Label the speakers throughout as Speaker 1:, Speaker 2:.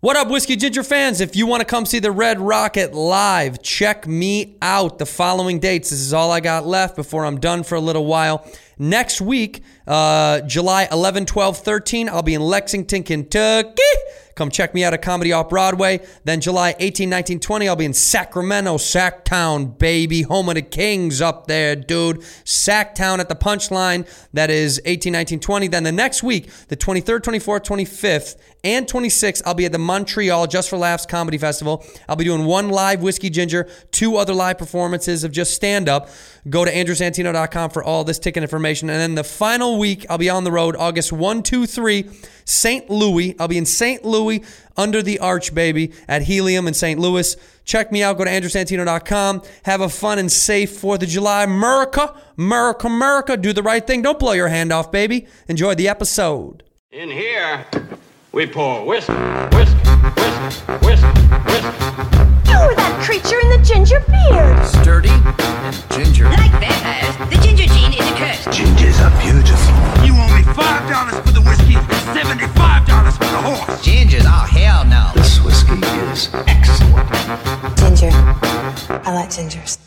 Speaker 1: What up, Whiskey Ginger fans? If you want to come see the Red Rocket live, check me out the following dates. This is all I got left before I'm done for a little while. Next week, uh, July 11, 12, 13, I'll be in Lexington, Kentucky. Come check me out at Comedy Off Broadway. Then July 18, 19, 20, I'll be in Sacramento, Sacktown, baby. Home of the Kings up there, dude. Sacktown at the punchline. That is 18, 19, 20. Then the next week, the 23rd, 24th, 25th, and 26th, I'll be at the Montreal Just for Laughs Comedy Festival. I'll be doing one live Whiskey Ginger, two other live performances of just stand up. Go to andrewsantino.com for all this ticket information. And then the final week, I'll be on the road August 1, 2, 3, St. Louis. I'll be in St. Louis under the arch, baby, at Helium in St. Louis. Check me out. Go to andrewsantino.com. Have a fun and safe 4th of July. America, America, America. Do the right thing. Don't blow your hand off, baby. Enjoy the episode.
Speaker 2: In here, we pour whisk, whisk, whisk, whisk, whisk.
Speaker 3: You were Oh, that creature in the ginger beard.
Speaker 4: sturdy and ginger.
Speaker 5: Like vampires, the ginger gene is a curse.
Speaker 6: Gingers are beautiful.
Speaker 7: You owe me five dollars for the whiskey and seventy-five dollars for the horse.
Speaker 4: Gingers, oh hell no.
Speaker 6: This whiskey is excellent.
Speaker 8: Ginger. I like gingers.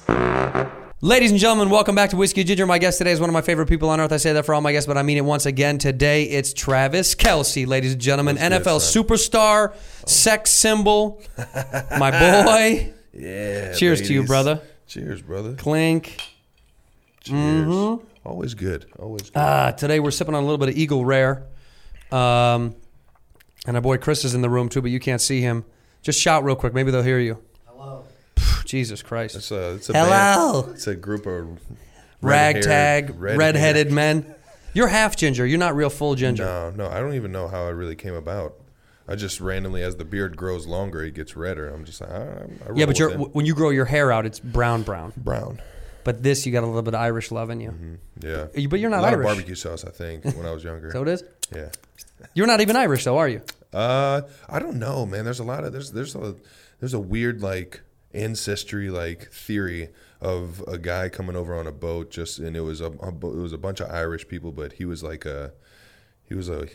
Speaker 1: Ladies and gentlemen, welcome back to Whiskey Ginger. My guest today is one of my favorite people on earth. I say that for all my guests, but I mean it once again. Today it's Travis Kelsey, ladies and gentlemen, NFL superstar, sex symbol, my boy.
Speaker 9: Yeah.
Speaker 1: Cheers to you,
Speaker 9: ladies.
Speaker 1: brother.
Speaker 9: Cheers, brother.
Speaker 1: Clink.
Speaker 9: Cheers. Always good. Always good.
Speaker 1: Mm-hmm. Uh, today we're sipping on a little bit of Eagle Rare. Um, and our boy Chris is in the room too, but you can't see him. Just shout real quick. Maybe they'll hear you. Hello. Jesus Christ.
Speaker 9: it's a, it's a
Speaker 1: Hello.
Speaker 9: band. It's a group of
Speaker 1: Ragtag,
Speaker 9: red-haired-
Speaker 1: red-headed men. You're half ginger. You're not real full ginger.
Speaker 9: No, no, I don't even know how I really came about. I just randomly, as the beard grows longer, it gets redder. I'm just like, I, I roll
Speaker 1: Yeah, but
Speaker 9: with
Speaker 1: you're,
Speaker 9: it.
Speaker 1: w- when you grow your hair out, it's brown, brown.
Speaker 9: brown.
Speaker 1: But this, you got a little bit of Irish love in you.
Speaker 9: Mm-hmm. Yeah.
Speaker 1: You- but you're not
Speaker 9: a lot
Speaker 1: Irish.
Speaker 9: Of barbecue sauce, I think, when I was younger.
Speaker 1: So it is.
Speaker 9: Yeah.
Speaker 1: You're not even Irish, though, are you?
Speaker 9: Uh, I don't know, man. There's a lot of there's there's a there's a weird like ancestry like theory of a guy coming over on a boat just and it was a, a bo- it was a bunch of Irish people, but he was like a he was a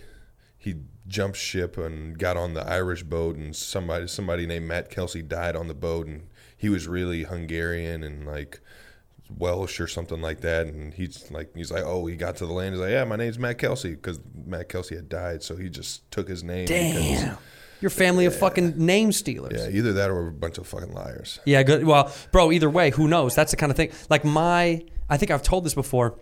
Speaker 9: he jumped ship and got on the Irish boat and somebody somebody named Matt Kelsey died on the boat and he was really Hungarian and like Welsh or something like that, and he's like, he's like, oh, he got to the land. He's like, yeah, my name's Matt Kelsey because Matt Kelsey had died, so he just took his name. because-
Speaker 1: Your family of fucking name stealers.
Speaker 9: yeah, either that or we're a bunch of fucking liars.
Speaker 1: Yeah, good. Well, bro, either way, who knows? That's the kind of thing. Like my, I think I've told this before.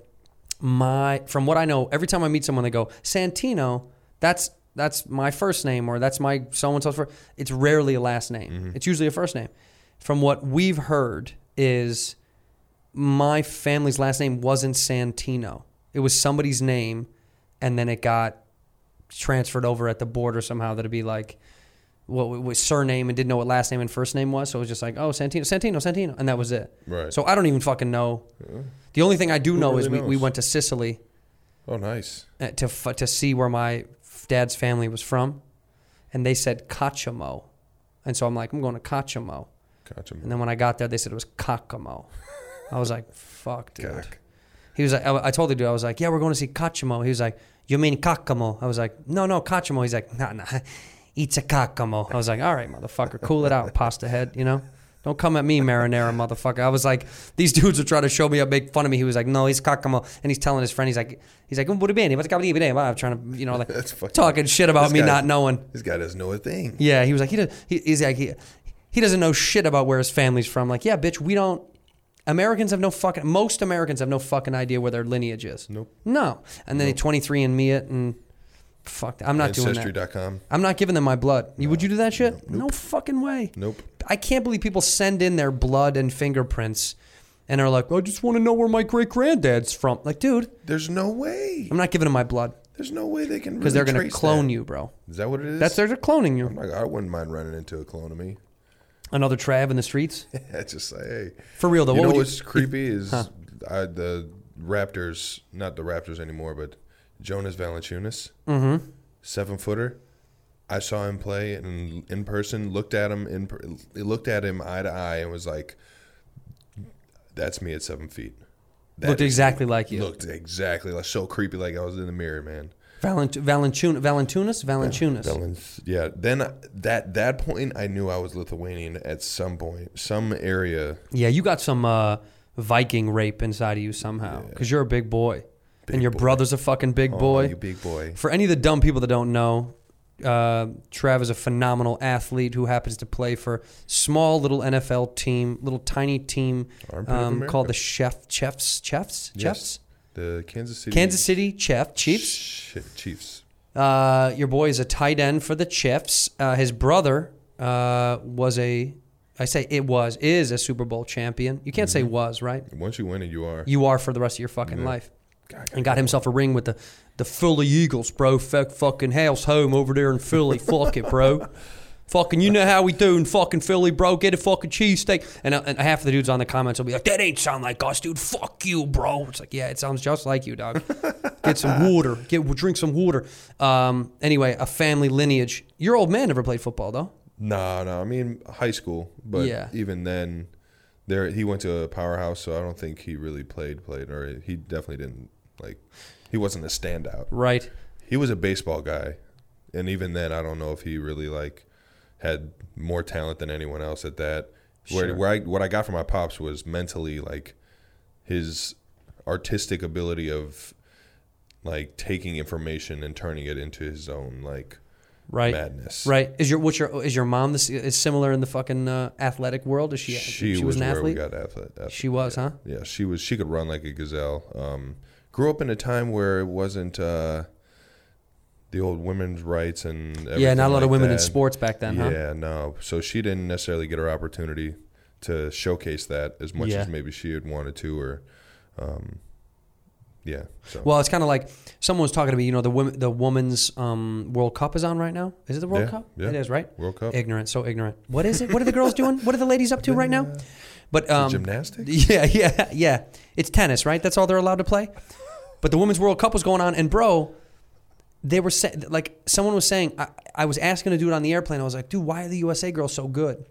Speaker 1: My, from what I know, every time I meet someone, they go Santino. That's that's my first name, or that's my so and so's first. It's rarely a last name. It's usually a first name. From what we've heard is, my family's last name wasn't Santino. It was somebody's name, and then it got transferred over at the border somehow. That'd be like what was surname and didn't know what last name and first name was. So it was just like, oh, Santino, Santino, Santino, and that was it.
Speaker 9: Right.
Speaker 1: So I don't even fucking know. The only thing I do know is
Speaker 9: really
Speaker 1: we, we
Speaker 9: knows?
Speaker 1: went to Sicily
Speaker 9: Oh, nice.
Speaker 1: uh, to f- to see where my f- dad's family was from, and they said Cachamo, and so I'm like, I'm going to Cachamo,
Speaker 9: Gotcha.
Speaker 1: and then when I got there, they said it was Kakamo. I was like, fuck, dude.
Speaker 9: Cock.
Speaker 1: He was like, I, I told the dude, I was like, yeah, we're going to see Kachimo. He was like, you mean Kakamo? I was like, no, no, Kachimo. He's like, nah, nah, it's a Kakamo. I was like, all right, motherfucker, cool it out, pasta head, you know? Don't come at me, marinara, motherfucker. I was like, these dudes are trying to show me up, make fun of me. He was like, no, he's Kakamo. And he's telling his friend, he's like, he's like, what a man, what's a man? I'm trying to, you know, like,
Speaker 9: That's fucking-
Speaker 1: talking shit about
Speaker 9: This
Speaker 1: me
Speaker 9: guy-
Speaker 1: not knowing.
Speaker 9: This guy doesn't know a thing.
Speaker 1: Yeah, he was like, he, does, he he's like, he, he doesn't know shit about where his family's from. Like, yeah, bitch, we don't. Americans have no fucking. Most Americans have no fucking idea where their lineage is.
Speaker 9: Nope.
Speaker 1: No, and then they twenty three and me it and fuck. I'm not doing that.
Speaker 9: Ancestry.com.
Speaker 1: I'm not giving them my blood. You Would you do that shit? No fucking way.
Speaker 9: Nope.
Speaker 1: I can't believe people send in their blood and fingerprints, and are like, I just want to know where my great granddad's from. Like, dude,
Speaker 9: There's no way.
Speaker 1: I'm not giving them my blood
Speaker 9: There's no way they can
Speaker 1: because
Speaker 9: because
Speaker 1: they're gonna clone you, bro.
Speaker 9: Is that Oh what it is?
Speaker 1: That's they're cloning
Speaker 9: I'm
Speaker 1: you.
Speaker 9: like, I wouldn't mind running into a clone of me.
Speaker 1: Another Trav in the streets.
Speaker 9: That's just like, hey.
Speaker 1: For real though,
Speaker 9: you
Speaker 1: what
Speaker 9: know
Speaker 1: would you-
Speaker 9: what's creepy is I, the Raptors, not the Raptors anymore, but Jonas Valanciunas, mm-hmm. seven footer. I saw him play in in person, looked at him in, per- looked at him eye to eye, and was like, "That's me at seven feet." That
Speaker 1: Looked
Speaker 9: is
Speaker 1: exactly like you.
Speaker 9: Looked exactly like so creepy, like I was in the mirror, man.
Speaker 1: Valent- Valentun- Valentunas? Valentunas.
Speaker 9: Valens- Yeah. Then I- that that point, I knew I was Lithuanian at some point, some area.
Speaker 1: yeah, you got some uh, Viking rape inside of you somehow because you're a big boy. and your brother's a fucking big boy.
Speaker 9: Oh, you big boy.
Speaker 1: For any of the dumb people that don't know, uh, Trav is a phenomenal athlete who happens to play for small little NFL team, little tiny team
Speaker 9: Armpit of
Speaker 1: um,
Speaker 9: America.
Speaker 1: called the Chef Chefs Chefs Chefs
Speaker 9: The Kansas City.
Speaker 1: Kansas City Chef Chiefs.
Speaker 9: Shit, Chiefs.
Speaker 1: Uh, your boy is a tight end for the Chiefs. Uh, his brother uh, was a, I say it was, is a Super Bowl champion. You can't say was, right?
Speaker 9: Once you win it, you are.
Speaker 1: You are for the rest of your fucking life. and got himself a ring with the, the Philly Eagles, bro. Fuck fucking house home over there in Philly. Fuck it, bro. Fucking, you know how we do in fucking Philly, bro. Get a fucking cheesesteak. And, uh, and half of the dudes on the comments will be like, that ain't sound like us, dude. Fuck you, bro. It's like, yeah, it sounds just like you, dog. Get some water. Get Drink some water. Um, anyway, a family lineage. Your old man never played football, though.
Speaker 9: Nah, nah. I mean, high school, but
Speaker 1: Yeah.
Speaker 9: even then, there he went to a powerhouse, so I don't think he really played played, or he definitely didn't like. He wasn't a standout.
Speaker 1: Right.
Speaker 9: He was a baseball guy, and even then, I don't know if he really like had more talent than anyone else at that. Where, where I, what I got from my pops was mentally like his artistic ability of like taking information and turning it into his own like
Speaker 1: Right.
Speaker 9: madness.
Speaker 1: Right. Is your what's your is your mom this is similar in the fucking uh, athletic world? Is she
Speaker 9: She, was,
Speaker 1: an
Speaker 9: where
Speaker 1: athlete?
Speaker 9: we got athlete. athlete.
Speaker 1: She was, huh?
Speaker 9: Yeah, she was. She could run like a gazelle. Um, grew up in a time where it wasn't uh, the old women's rights and everything
Speaker 1: Yeah, not a lot
Speaker 9: like
Speaker 1: of women in
Speaker 9: that.
Speaker 1: sports back then, huh?
Speaker 9: Yeah, no. So she didn't necessarily get her opportunity to showcase that as much
Speaker 1: Yeah.
Speaker 9: as maybe she had wanted to, or um, yeah. So
Speaker 1: Well, it's kind of like someone was talking to me. You know, the women, the women's um, World Cup is on right now. Is it the World
Speaker 9: Yeah,
Speaker 1: Cup?
Speaker 9: yeah.
Speaker 1: It is, right?
Speaker 9: World Cup.
Speaker 1: Ignorant, so ignorant. What is it? What are the girls doing? What are the ladies up to right now? But um,
Speaker 9: gymnastics?
Speaker 1: Yeah, yeah, yeah. It's tennis, right? That's all they're allowed to play. But the women's World Cup was going on, and bro, they were sa- like someone was saying. I, I was asking to do it on the airplane. I was like, dude, why are the USA girls so good?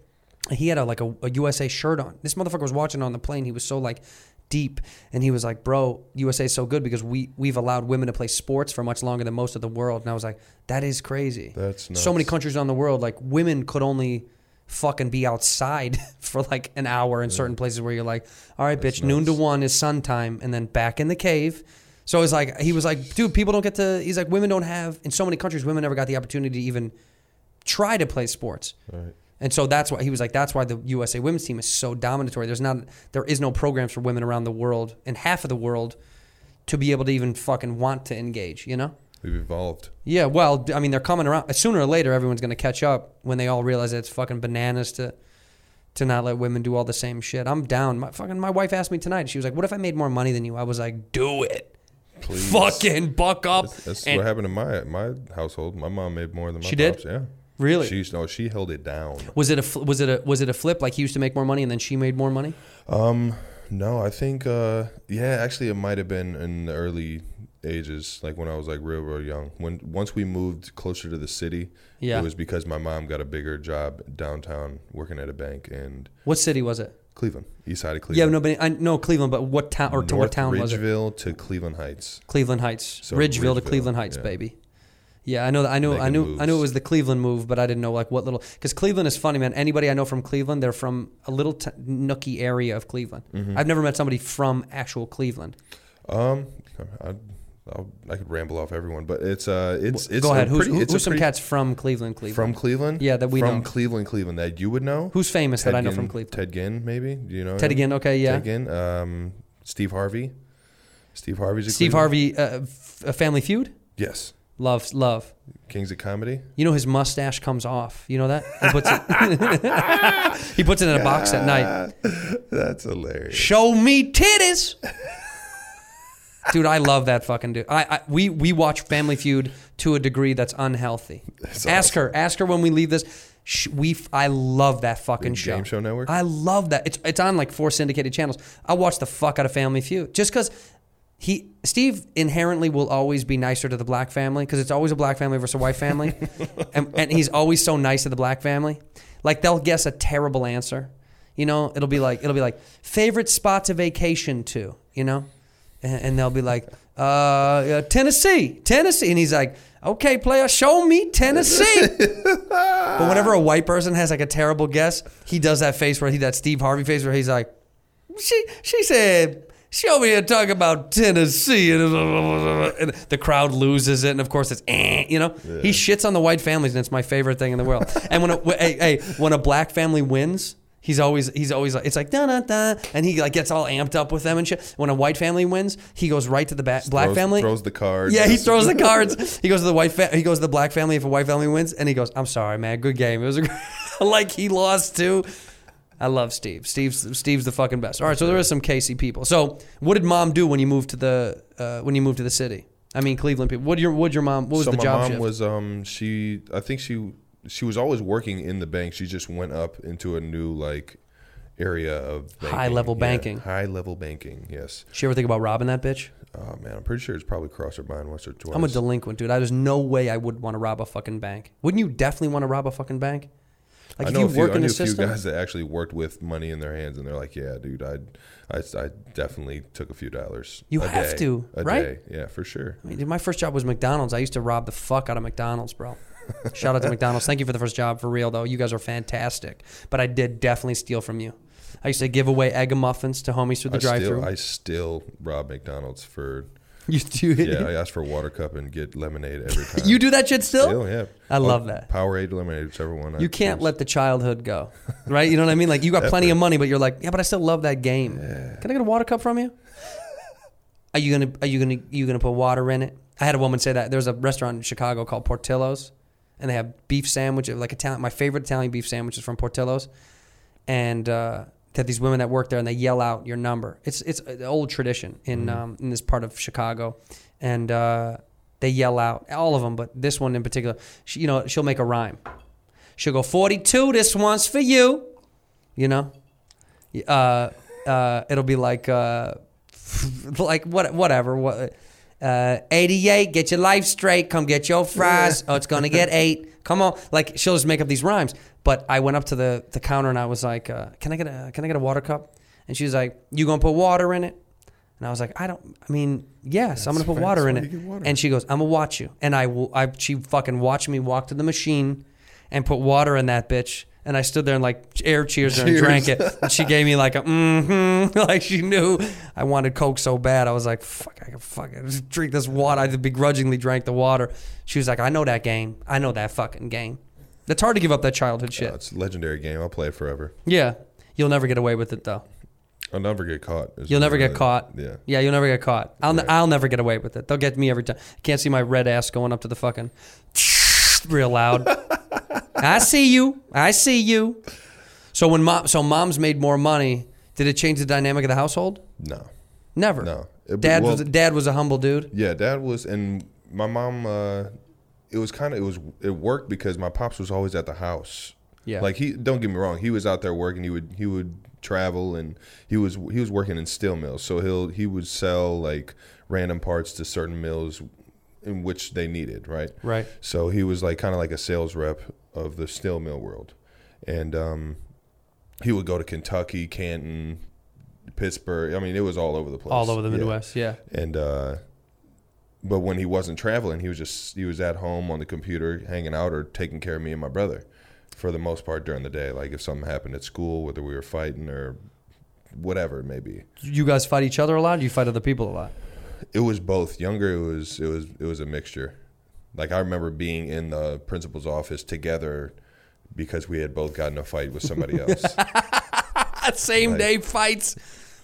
Speaker 1: And he had a, like a, a USA shirt on. This motherfucker was watching on the plane. He was so like deep, and he was like, bro, USA is so good because we we've allowed women to play sports for much longer than most of the world. And I was like, that is crazy.
Speaker 9: That's
Speaker 1: so many
Speaker 9: nuts.
Speaker 1: countries on the world like women could only fucking be outside for like an hour in certain places where you're like all right bitch noon to one is sun time and then back in the cave so it's like he was like dude people don't get to he's like women don't have in so many countries women never got the opportunity to even try to play sports and so that's why he was like that's why the usa women's team is so dominatory there's not there is no programs for women around the world and half of the world to be able to even fucking want to engage you know
Speaker 9: we've evolved.
Speaker 1: yeah, well, d- I mean, they're coming around. Sooner or later, everyone's going to catch up when they all realize that it's fucking bananas to to not let women do all the same shit. I'm down. My fucking my wife asked me tonight. She was like, "What if I made more money than you?" I was like, "Do it,
Speaker 9: Please.
Speaker 1: fucking buck up."
Speaker 9: That's
Speaker 1: And-
Speaker 9: what happened in my my household. My mom made more than my
Speaker 1: She did?
Speaker 9: pops. Yeah.
Speaker 1: Really?
Speaker 9: She's no, she held it down.
Speaker 1: was it a fl- was it a was it a flip? Like he used to make more money and then she made more money.
Speaker 9: No, I think uh yeah, actually it might have been in the early ages, like when I was like real real young. When once we moved closer to the city,
Speaker 1: Yeah.
Speaker 9: it was because my mom got a bigger job downtown working at a bank in
Speaker 1: What city was it?
Speaker 9: Cleveland, east side of
Speaker 1: Yeah,
Speaker 9: Cleveland.
Speaker 1: no, but I no Cleveland, but what town or to what town was it?
Speaker 9: Ridgeville to Cleveland Heights.
Speaker 1: Cleveland Heights,
Speaker 9: So,
Speaker 1: Ridgeville, to
Speaker 9: Ridgeville,
Speaker 1: Cleveland Heights,
Speaker 9: yeah.
Speaker 1: baby. Yeah, I know. that- I knew. I
Speaker 9: Making
Speaker 1: knew. I knew it
Speaker 9: moves.
Speaker 1: was the Cleveland move, but I didn't know like what little. Because Cleveland is funny, man. Anybody I know from Cleveland, they're from a little t- nookie area of Cleveland.
Speaker 9: Mm-hmm.
Speaker 1: I've never met somebody from actual Cleveland.
Speaker 9: Um I I'll, I could ramble off everyone, but it's uh it's it's
Speaker 1: Go
Speaker 9: a
Speaker 1: ahead. Who's,
Speaker 9: pretty-
Speaker 1: who,
Speaker 9: it's a
Speaker 1: who's some
Speaker 9: pretty-
Speaker 1: cats from Cleveland? Cleveland.
Speaker 9: from Cleveland?
Speaker 1: Yeah, that we
Speaker 9: from
Speaker 1: know.
Speaker 9: Cleveland, Cleveland that you would know.
Speaker 1: who's famous that I know
Speaker 9: Ginn-
Speaker 1: from Cleveland?
Speaker 9: Ted Ginn, maybe. Do you know?
Speaker 1: Ted
Speaker 9: him?
Speaker 1: Ginn, okay, yeah.
Speaker 9: Ted Ginn. Um, Steve Harvey. Steve Harvey's a
Speaker 1: Steve Harvey,
Speaker 9: Cleveland-
Speaker 1: uh, f- a Family Feud.
Speaker 9: Yes.
Speaker 1: Love, love.
Speaker 9: Kings of Comedy.
Speaker 1: You know his mustache comes off. You know that he puts it, he puts it in a box at night.
Speaker 9: That's hilarious.
Speaker 1: Show me titties. Dude, I love that fucking dude. I, I we we watch Family Feud to a degree that's unhealthy. ask her, ask her when we leave this. Sh- We f- I love that fucking show.
Speaker 9: Game Show Network?
Speaker 1: I love that. It's it's on like four syndicated channels. I watch the fuck out of Family Feud just because he Steve inherently will always be nicer to the black family because it's always a black family versus a white family, and, and he's always so nice to the black family. Like they'll guess a terrible answer. You know, it'll be like it'll be like favorite spot to vacation to. You know, and, and they'll be like, uh, uh, Tennessee, Tennessee. And he's like, okay, player, show me Tennessee. but whenever a white person has like a terrible guess, he does that face where he, that Steve Harvey face where he's like, she, she said, she over here talking about Tennessee. And, and the crowd loses it. And of course it's, eh, you know, he shits on the white families and it's my favorite thing in the world. and when a, wh- hey, hey, when a black family wins, He's always he's always like it's like da da da, and he like gets all amped up with them and shit. When a white family wins, he goes right to the ba- black
Speaker 9: Throws-
Speaker 1: family,
Speaker 9: throws the card.
Speaker 1: yeah, he
Speaker 9: Just-
Speaker 1: throws the cards. He goes to the white. Fa- he goes to the black family if a white family wins, and he goes, "I'm sorry, man. Good game. It was a great- like he lost too." I love Steve. Steve's Steve's the fucking best. All right, so there is some Casey people. So what did mom do when you moved to the uh, when you moved to the city? I mean, Cleveland people. What your what your mom? What was
Speaker 9: so
Speaker 1: the
Speaker 9: my
Speaker 1: job
Speaker 9: mom
Speaker 1: shift?
Speaker 9: was um she I think she she was always working in the bank. She just went up into a new like area of banking.
Speaker 1: level
Speaker 9: Yeah,
Speaker 1: banking.
Speaker 9: High level banking. Yes.
Speaker 1: she ever think about robbing that bitch?
Speaker 9: Oh man, I'm pretty sure it's probably crossed her mind once or twice.
Speaker 1: I'm a delinquent, dude. I, there's no way I would want to rob a fucking bank. Wouldn't you definitely want to rob a fucking bank? Like
Speaker 9: I
Speaker 1: if
Speaker 9: know
Speaker 1: you
Speaker 9: a few,
Speaker 1: work
Speaker 9: I
Speaker 1: in
Speaker 9: knew
Speaker 1: the
Speaker 9: a few
Speaker 1: system,
Speaker 9: guys that actually worked with money in their hands, and they're like, "Yeah, dude, I, I, I definitely took a few dollars.
Speaker 1: You
Speaker 9: a
Speaker 1: have
Speaker 9: day,
Speaker 1: to,
Speaker 9: a
Speaker 1: right?
Speaker 9: Day. Yeah, for sure.
Speaker 1: I mean, dude, my first job was McDonald's. I used to rob the fuck out of McDonald's, bro. Shout out to McDonald's. Thank you for the first job, for real though. You guys are fantastic. But I did definitely steal from you. I used to give away egg and muffins to homies through the
Speaker 9: I still,
Speaker 1: drive-through.
Speaker 9: I still rob McDonald's for.
Speaker 1: You do it.
Speaker 9: Yeah, I ask for a water cup and get lemonade every time.
Speaker 1: You do that shit still?
Speaker 9: Still, yeah.
Speaker 1: I
Speaker 9: Oh,
Speaker 1: love that.
Speaker 9: Powerade, lemonade, whichever one. I
Speaker 1: You can't
Speaker 9: choose.
Speaker 1: let the childhood go, right? You know what I mean? Like you got plenty of money, but you're like, yeah, but I still love that game. Can I get a water cup from you? Are you gonna Are you gonna you gonna put water in it? I had a woman say that there was a restaurant in Chicago called Portillo's, and they have beef sandwich, like Italian. My favorite Italian beef sandwich is from Portillo's, and uh, they had these women that work there, and they yell out your number. It's it's an old tradition in um, in this part of Chicago, and uh, they yell out all of them, but this one in particular, she, you know, she'll make a rhyme. She'll go 42. This one's for you. You know, uh, uh, it'll be like uh, like what whatever what. Uh, 88, get your life straight. Come get your fries. Oh, it's gonna get eight. Come on, like she'll just make up these rhymes. But I went up to the, the counter and I was like, uh, "Can I get a Can I get a water cup?" And she was like, "You gonna put water in it?" And I was like, "I don't. I mean, yes, I'm gonna put
Speaker 9: fine.
Speaker 1: water
Speaker 9: That's
Speaker 1: in
Speaker 9: why
Speaker 1: it."
Speaker 9: you get water.
Speaker 1: And she goes, "I'm gonna watch you." And I, w- I, she fucking watched me walk to the machine and put water in that bitch. And I stood there and like air cheers her and
Speaker 9: Cheers.
Speaker 1: drank it. And she gave me like a mm-hmm, like she knew I wanted Coke so bad. I was like, fuck, I can fucking just drink this water. I begrudgingly drank the water. She was like, I know that game. I know that fucking game. That's hard to give up that childhood
Speaker 9: Oh,
Speaker 1: shit.
Speaker 9: it's a legendary game. I'll play it forever.
Speaker 1: Yeah. You'll never get away with it though.
Speaker 9: I'll never get caught. is
Speaker 1: You'll never get
Speaker 9: really-
Speaker 1: caught.
Speaker 9: Yeah.
Speaker 1: Yeah, you'll never get caught. I'll, ne- I'll never get away with it. They'll get me every time. Can't see my red ass going up to the fucking real loud. I see you. I see you. So when mom, so mom's made more money, did it change the dynamic of the household?
Speaker 9: No.
Speaker 1: Never.
Speaker 9: No. It-
Speaker 1: dad
Speaker 9: well-
Speaker 1: was dad was a humble dude.
Speaker 9: Yeah, dad was, and my mom. Uh, it was kind of it was it worked because my pops was always at the house.
Speaker 1: Yeah.
Speaker 9: Like he don't get me wrong, he was out there working. He would he would travel and he was he was working in steel mills. So he'll he would sell like random parts to certain mills in which they needed, right?
Speaker 1: Right.
Speaker 9: So he was like kind of like a sales rep of the steel mill world. And um he would go to Kentucky, Canton, Pittsburgh. I mean, it was all over the place.
Speaker 1: All over the
Speaker 9: Yeah
Speaker 1: Midwest. Yeah.
Speaker 9: and uh but when he wasn't traveling he was just he was at home on the computer hanging out or taking care of me and my brother for the most part during the day like if something happened at school whether we were fighting or whatever it may be
Speaker 1: You guys fight each other a lot. Or you fight other people a lot.
Speaker 9: it was both younger it was it was it was a mixture like i remember being in the principal's office together because we had both gotten in a fight with somebody else
Speaker 1: Same
Speaker 9: Like-
Speaker 1: day fights.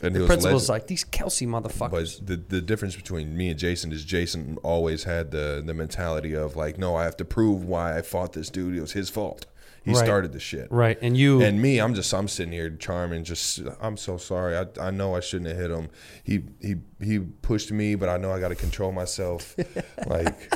Speaker 9: and
Speaker 1: The
Speaker 9: it
Speaker 1: principal's
Speaker 9: leg-
Speaker 1: like these Kelsey motherfuckers.
Speaker 9: But the the difference between me and Jason is Jason always had the the mentality of like, no, I have to prove why I fought this dude. It was his fault. He
Speaker 1: Right.
Speaker 9: started the shit.
Speaker 1: right, and you
Speaker 9: And me, I'm just I'm sitting here charming. Just I'm so sorry. I, I know I shouldn't have hit him. He he he pushed me, but I know I got to control myself. like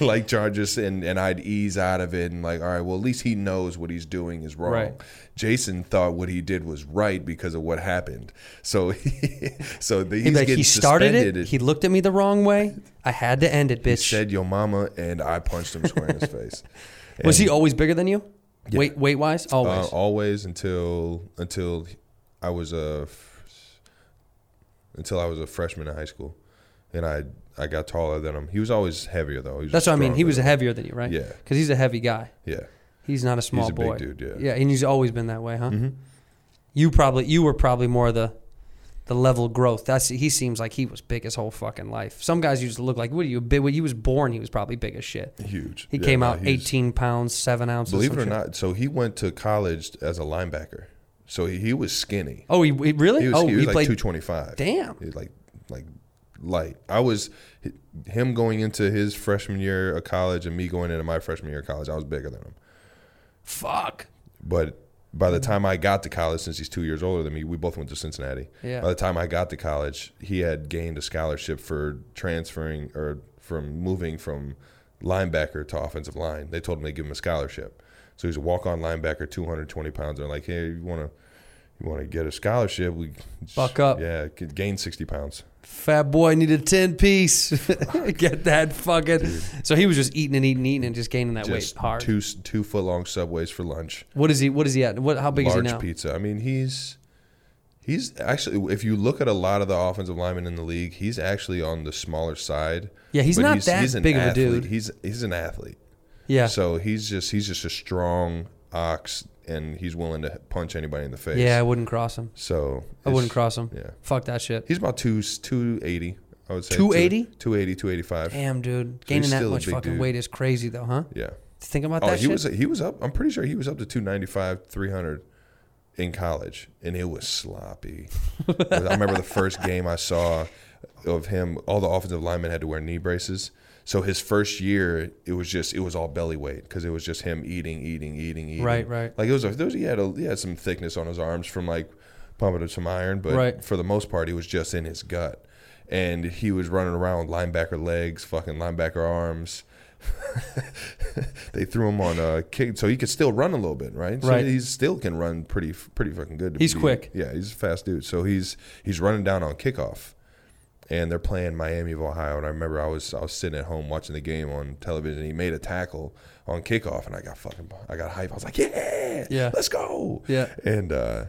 Speaker 9: like charges and and I'd ease out of it and like all right, well at least he knows what he's doing is wrong.
Speaker 1: Right.
Speaker 9: Jason thought what he did was right because of what happened. So he, so the, he's
Speaker 1: He'd be like,
Speaker 9: getting
Speaker 1: he started
Speaker 9: suspended.
Speaker 1: it. He looked at me the wrong way. I had to end it, bitch.
Speaker 9: He said yo mama and I punched him square in his face.
Speaker 1: was he
Speaker 9: And-
Speaker 1: always bigger than you? Weight weight wise, always.
Speaker 9: Uh, always until until I was a f- until I was a freshman in high school. and I I got taller than him. He was always heavier though. He was
Speaker 1: That's what I mean.
Speaker 9: stronger
Speaker 1: He was
Speaker 9: than-
Speaker 1: heavier than you, right?
Speaker 9: Yeah.
Speaker 1: Because he's a heavy guy.
Speaker 9: Yeah.
Speaker 1: He's not a small
Speaker 9: He's a big
Speaker 1: boy.
Speaker 9: dude, yeah. Mm-hmm.
Speaker 1: Yeah, and he's always been that way, huh? You probably you were probably more the the level growth. That's he seems like he was big his whole fucking life. Some guys you just look like what are you big? When you was born, he was probably big as shit.
Speaker 9: Huge.
Speaker 1: He
Speaker 9: Yeah,
Speaker 1: came
Speaker 9: no,
Speaker 1: out
Speaker 9: he's-
Speaker 1: eighteen pounds, seven ounces.
Speaker 9: Believe it
Speaker 1: some
Speaker 9: or
Speaker 1: shit.
Speaker 9: not, so he went to college as a linebacker. So he, he was skinny.
Speaker 1: Oh, he, he really?
Speaker 9: He was,
Speaker 1: oh,
Speaker 9: he was
Speaker 1: he
Speaker 9: like
Speaker 1: played.
Speaker 9: two twenty five.
Speaker 1: Damn.
Speaker 9: like like light. I was him going into his freshman year of college and me going into my freshman year of college. I was bigger than him.
Speaker 1: Fuck.
Speaker 9: But by
Speaker 1: Mm-hmm.
Speaker 9: the time I got to college, since he's two years older than me, we both went to Cincinnati.
Speaker 1: Yeah.
Speaker 9: By the time I got to college, he had gained a scholarship for transferring or from moving from linebacker to offensive line. They told him they give him a scholarship. So he's a walk-on linebacker, 220 pounds. They're like, hey, you want to you want to get a scholarship? We
Speaker 1: Buck up.
Speaker 9: Yeah, gain 60 pounds.
Speaker 1: Fat boy needed a ten piece. Get that fucking. So he was just eating and eating, and eating, and just gaining that
Speaker 9: Just
Speaker 1: weight hard.
Speaker 9: two two foot long subways for lunch.
Speaker 1: What is he? What is he at? What? How big is he
Speaker 9: large
Speaker 1: now?
Speaker 9: pizza. I mean, he's he's actually if you look at a lot of the offensive linemen in the league, he's actually on the smaller side.
Speaker 1: Yeah, he's
Speaker 9: But
Speaker 1: not that
Speaker 9: an
Speaker 1: big of a
Speaker 9: athlete.
Speaker 1: dude.
Speaker 9: He's he's an athlete.
Speaker 1: Yeah.
Speaker 9: So he's just he's just a strong ox, and he's willing to punch anybody in the face.
Speaker 1: yeah, I wouldn't cross him.
Speaker 9: So
Speaker 1: I wouldn't
Speaker 9: it's-
Speaker 1: cross him.
Speaker 9: Yeah.
Speaker 1: Fuck that shit.
Speaker 9: He's about two two eighty. I would say
Speaker 1: 280?
Speaker 9: 280, 285.
Speaker 1: Damn, dude, gaining that
Speaker 9: still a
Speaker 1: much
Speaker 9: big
Speaker 1: fucking
Speaker 9: dude.
Speaker 1: weight is crazy, though, huh?
Speaker 9: Yeah.
Speaker 1: Think about
Speaker 9: Oh,
Speaker 1: that
Speaker 9: he
Speaker 1: shit.
Speaker 9: was he was up. I'm pretty sure he was up to 295, 300 in college, and it was sloppy. I remember the first game I saw of him. All the offensive linemen had to wear knee braces. So his first year, it was just it was all belly weight because it was just him eating, eating, eating, eating.
Speaker 1: Right, right.
Speaker 9: Like it was, a, there was he had a, he had some thickness on his arms from like pumping up some iron, but
Speaker 1: Right.
Speaker 9: for the most part, he was just in his gut, and he was running around with linebacker legs, fucking linebacker arms they threw him on a kick, so he could still run a little bit, right? So
Speaker 1: Right.
Speaker 9: He still can run pretty, pretty fucking good. to
Speaker 1: He's quick.
Speaker 9: Yeah, he's a fast dude. So he's he's running down on kickoff, and they're playing Miami of Ohio. And I remember I was I was sitting at home watching the game on television. And he made a tackle on kickoff, and I got fucking I got hype. I was like, yeah,
Speaker 1: Yeah.
Speaker 9: let's go.
Speaker 1: Yeah.
Speaker 9: and uh,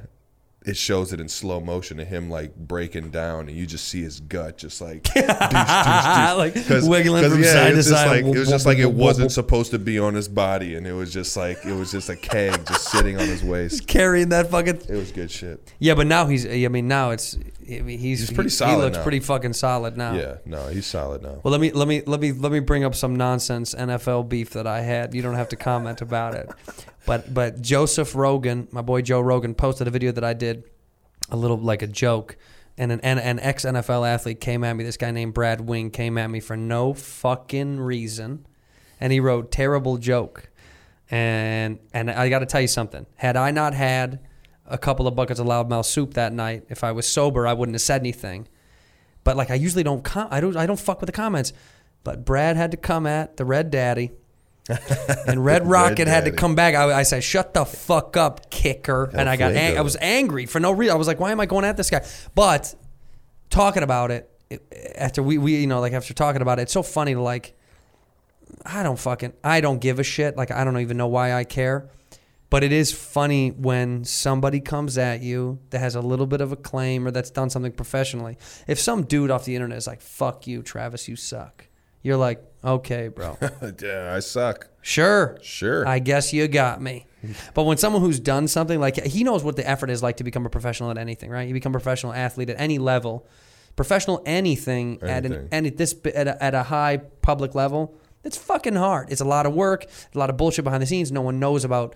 Speaker 9: it shows it in slow motion of him like breaking down, and you just see his gut just like doosh, doosh, doosh.
Speaker 1: Ah, Like,
Speaker 9: 'Cause-
Speaker 1: wiggling
Speaker 9: 'cause,
Speaker 1: from side
Speaker 9: it was
Speaker 1: to
Speaker 9: just
Speaker 1: side.
Speaker 9: Like, it was just like it wasn't
Speaker 1: Whoop,
Speaker 9: supposed to be on his body, and it was just like it was just a keg just sitting on his waist.
Speaker 1: carrying that fucking.
Speaker 9: It was good shit.
Speaker 1: Yeah, but now he's. I mean, now it's. I mean, he's,
Speaker 9: He's pretty
Speaker 1: he, He
Speaker 9: solid
Speaker 1: looks
Speaker 9: now.
Speaker 1: pretty fucking solid now.
Speaker 9: Yeah, no, he's solid now.
Speaker 1: Well, let me let me let me let me bring up some nonsense NFL beef that I had. You don't have to comment about it, but but Joseph Rogan, my boy Joe Rogan, posted a video that I did, a little like a joke, and an and an ex NFL athlete came at me. This guy named Brad Wing came at me for no fucking reason, and he wrote terrible joke, and and I got to tell you something. Had I not had a couple of buckets of loudmouth soup that night, if I was sober, I wouldn't have said anything but like I usually don't com- I don't I don't fuck with the comments. But Brad had to come at the Red Daddy, and Red Rocket had to
Speaker 9: Daddy.
Speaker 1: come back. I, I said, "Shut the fuck up, kicker!" and I got ang-
Speaker 9: Alfredo.
Speaker 1: I was angry for no reason. I was like, "Why am I going at this guy?" But talking about it it- after we we you know like after talking about it, it's so funny to like I don't fucking I don't give a shit. Like I don't even know why I care. But it is funny when somebody comes at you that has a little bit of a claim or that's done something professionally. If some dude off the internet is like, "Fuck you, Travis, you suck," you're like, "Okay, bro,
Speaker 9: yeah, I suck.
Speaker 1: sure,
Speaker 9: Sure.
Speaker 1: I guess you got me." But when someone who's done something like he knows what the effort is like to become a professional at anything, right? You become a professional athlete at any level, professional anything, at an
Speaker 9: Anything.
Speaker 1: and at this bi- at a, at a high public level, it's fucking hard. It's a lot of work, a lot of bullshit behind the scenes. No one knows about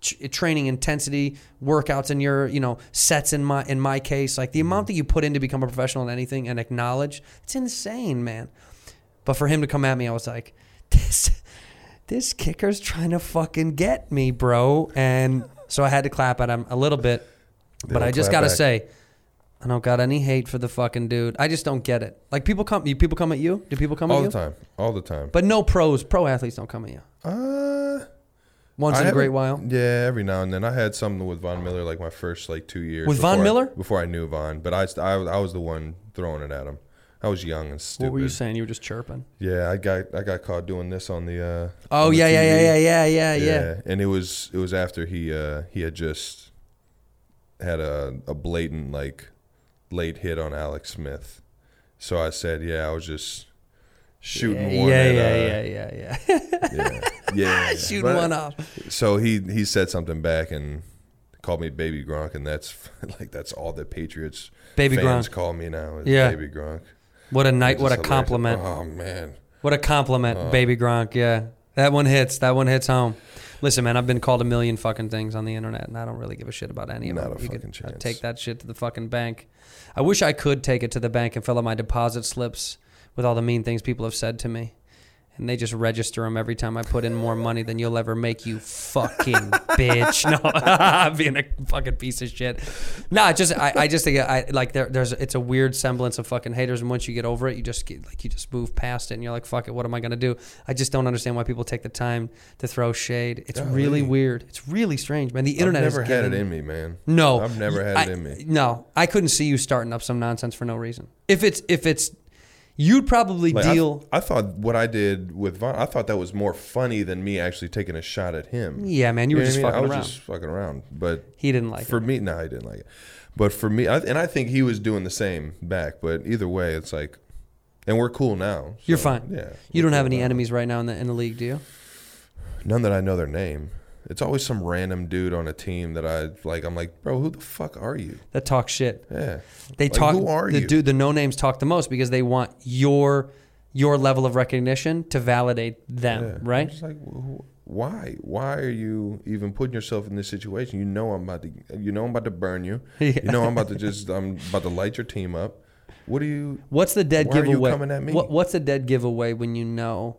Speaker 1: tr training intensity, workouts, and your you know sets. In my in my case, like the
Speaker 9: Mm-hmm.
Speaker 1: amount that you put in to become a professional in anything and acknowledge, it's insane, man. But for him to come at me, I was like, this this kicker's trying to fucking get me, bro. And so I had to clap at him a little bit, but
Speaker 9: don't
Speaker 1: I just
Speaker 9: clap
Speaker 1: gotta
Speaker 9: back.
Speaker 1: say. I don't got any hate for the fucking dude. I just don't get it. Like people come, you people come at you. Do people come at
Speaker 9: all
Speaker 1: you?
Speaker 9: the time, all the time.
Speaker 1: But no pros, pro athletes don't come at you.
Speaker 9: uh,
Speaker 1: Once
Speaker 9: I
Speaker 1: in a great
Speaker 9: haven't-
Speaker 1: while.
Speaker 9: Yeah, every now and then. I had something with Von Miller like my first like two years.
Speaker 1: With Von
Speaker 9: before I-
Speaker 1: Miller?
Speaker 9: before I knew Von, but I, st- I I was the one throwing it at him. I was young and stupid.
Speaker 1: What were you saying? You were just chirping.
Speaker 9: Yeah, I got I got caught doing this on the. Uh,
Speaker 1: Oh
Speaker 9: on the
Speaker 1: yeah, yeah,
Speaker 9: TV.
Speaker 1: yeah, yeah, yeah, yeah, yeah.
Speaker 9: And it was it was after he uh he had just had a, a blatant like late hit on Alex Smith So I said, yeah, I was just shooting
Speaker 1: Yeah,
Speaker 9: one.
Speaker 1: yeah,
Speaker 9: at,
Speaker 1: yeah, yeah, yeah, yeah.
Speaker 9: uh, yeah, yeah.
Speaker 1: Shooting
Speaker 9: uh, But-
Speaker 1: one off.
Speaker 9: So he he said something back and called me Baby Gronk, and that's like that's all that Patriots
Speaker 1: Baby
Speaker 9: fans
Speaker 1: Gronk.
Speaker 9: call me now. Is
Speaker 1: Yeah.
Speaker 9: Baby Gronk.
Speaker 1: What a night!
Speaker 9: It's
Speaker 1: What a
Speaker 9: hilarious.
Speaker 1: compliment!
Speaker 9: Oh man.
Speaker 1: What a compliment,
Speaker 9: Uh.
Speaker 1: baby Gronk. Yeah, that one hits. That one hits home. Listen, man, I've been called a million fucking things on the internet, and I don't really give a shit about any of
Speaker 9: Not
Speaker 1: them.
Speaker 9: a fucking
Speaker 1: uh,
Speaker 9: chance.
Speaker 1: Take that shit to the fucking bank. I wish I could take it to the bank and fill out my deposit slips with all the mean things people have said to me, and they just register them every time I put in more money than you'll ever make. You fucking bitch. No, I'm being a fucking piece of shit. Nah, just I, I just think I like there, there's it's a weird semblance of fucking haters, and once you get over it, you just get like you just move past it, and you're like, fuck it, what am I gonna do? I just don't understand why people take the time to throw shade. It's really weird. It's really strange, man. The internet
Speaker 9: I've never
Speaker 1: has
Speaker 9: had
Speaker 1: given-
Speaker 9: it in me, man.
Speaker 1: No,
Speaker 9: I've never had
Speaker 1: I-
Speaker 9: it in me.
Speaker 1: No, I couldn't see you starting up some nonsense for no reason. If it's if it's, you'd probably
Speaker 9: Like, I-
Speaker 1: deal.
Speaker 9: I, thought what I did with Von, I thought that was more funny than me actually taking a shot at him.
Speaker 1: Yeah, man, you were
Speaker 9: know what
Speaker 1: just
Speaker 9: I mean?
Speaker 1: fucking
Speaker 9: I was
Speaker 1: around.
Speaker 9: just fucking around, but
Speaker 1: he didn't like it.
Speaker 9: for me, no, he didn't like it. But for me, I, and I think he was doing the same back. But either way, it's like, and we're cool now. so,
Speaker 1: You're fine.
Speaker 9: Yeah,
Speaker 1: You
Speaker 9: we're
Speaker 1: don't have
Speaker 9: cool
Speaker 1: any
Speaker 9: now.
Speaker 1: enemies right now in the in the league, do you?
Speaker 9: None that I know their name. It's always some random dude on a team that I like. I'm like, bro, who the fuck are you?
Speaker 1: That talk shit.
Speaker 9: Yeah,
Speaker 1: They
Speaker 9: Like,
Speaker 1: talk.
Speaker 9: Who are
Speaker 1: the
Speaker 9: you?
Speaker 1: dude, the no names talk the most because they want your your level of recognition to validate them,
Speaker 9: Yeah. I'm
Speaker 1: right?
Speaker 9: just like, wh- wh- why? Why are you even putting yourself in this situation? You know I'm about to. You know I'm about to burn you. You know I'm about to just. I'm about to light your team up. What do you?
Speaker 1: What's the dead
Speaker 9: Why are you
Speaker 1: giveaway?
Speaker 9: coming at me?
Speaker 1: What, what's a dead giveaway when you know?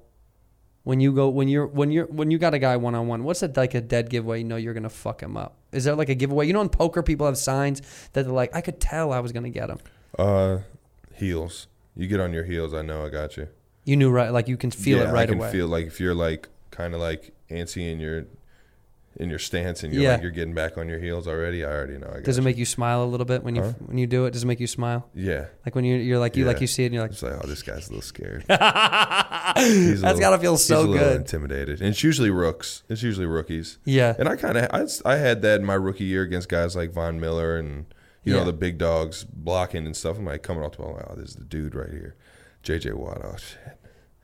Speaker 1: When you go, when you're, when you're, when you got a guy one on one, what's it like a dead giveaway? You know you're gonna fuck him up. Is there like a giveaway? You know, in poker, people have signs that they're like, I could tell I was gonna get him.
Speaker 9: Uh, heels. You get on your heels. I know. I got you.
Speaker 1: You knew right, like you can feel
Speaker 9: yeah,
Speaker 1: it right
Speaker 9: I can
Speaker 1: away.
Speaker 9: feel like if you're like kind of like antsy in your in your stance and you're
Speaker 1: Yeah.
Speaker 9: like you're getting back on your heels already. I already know. I got
Speaker 1: Does it
Speaker 9: you.
Speaker 1: make you smile a little bit when you when you do it? Does it make you smile?
Speaker 9: Yeah.
Speaker 1: Like when you're, you're like you like
Speaker 9: Yeah.
Speaker 1: you see it and you're like,
Speaker 9: It's like, oh, this guy's a little scared. That's
Speaker 1: That's gotta feel so
Speaker 9: he's a little
Speaker 1: good.
Speaker 9: Intimidated, and it's usually rooks. It's usually rookies.
Speaker 1: Yeah.
Speaker 9: and I kind of I, s- I had that in my rookie year against guys like Von Miller and you
Speaker 1: Yeah.
Speaker 9: know the big dogs blocking and stuff. I'm like coming off the ball, wow, this is the dude right here, J.J. Watt. Oh shit,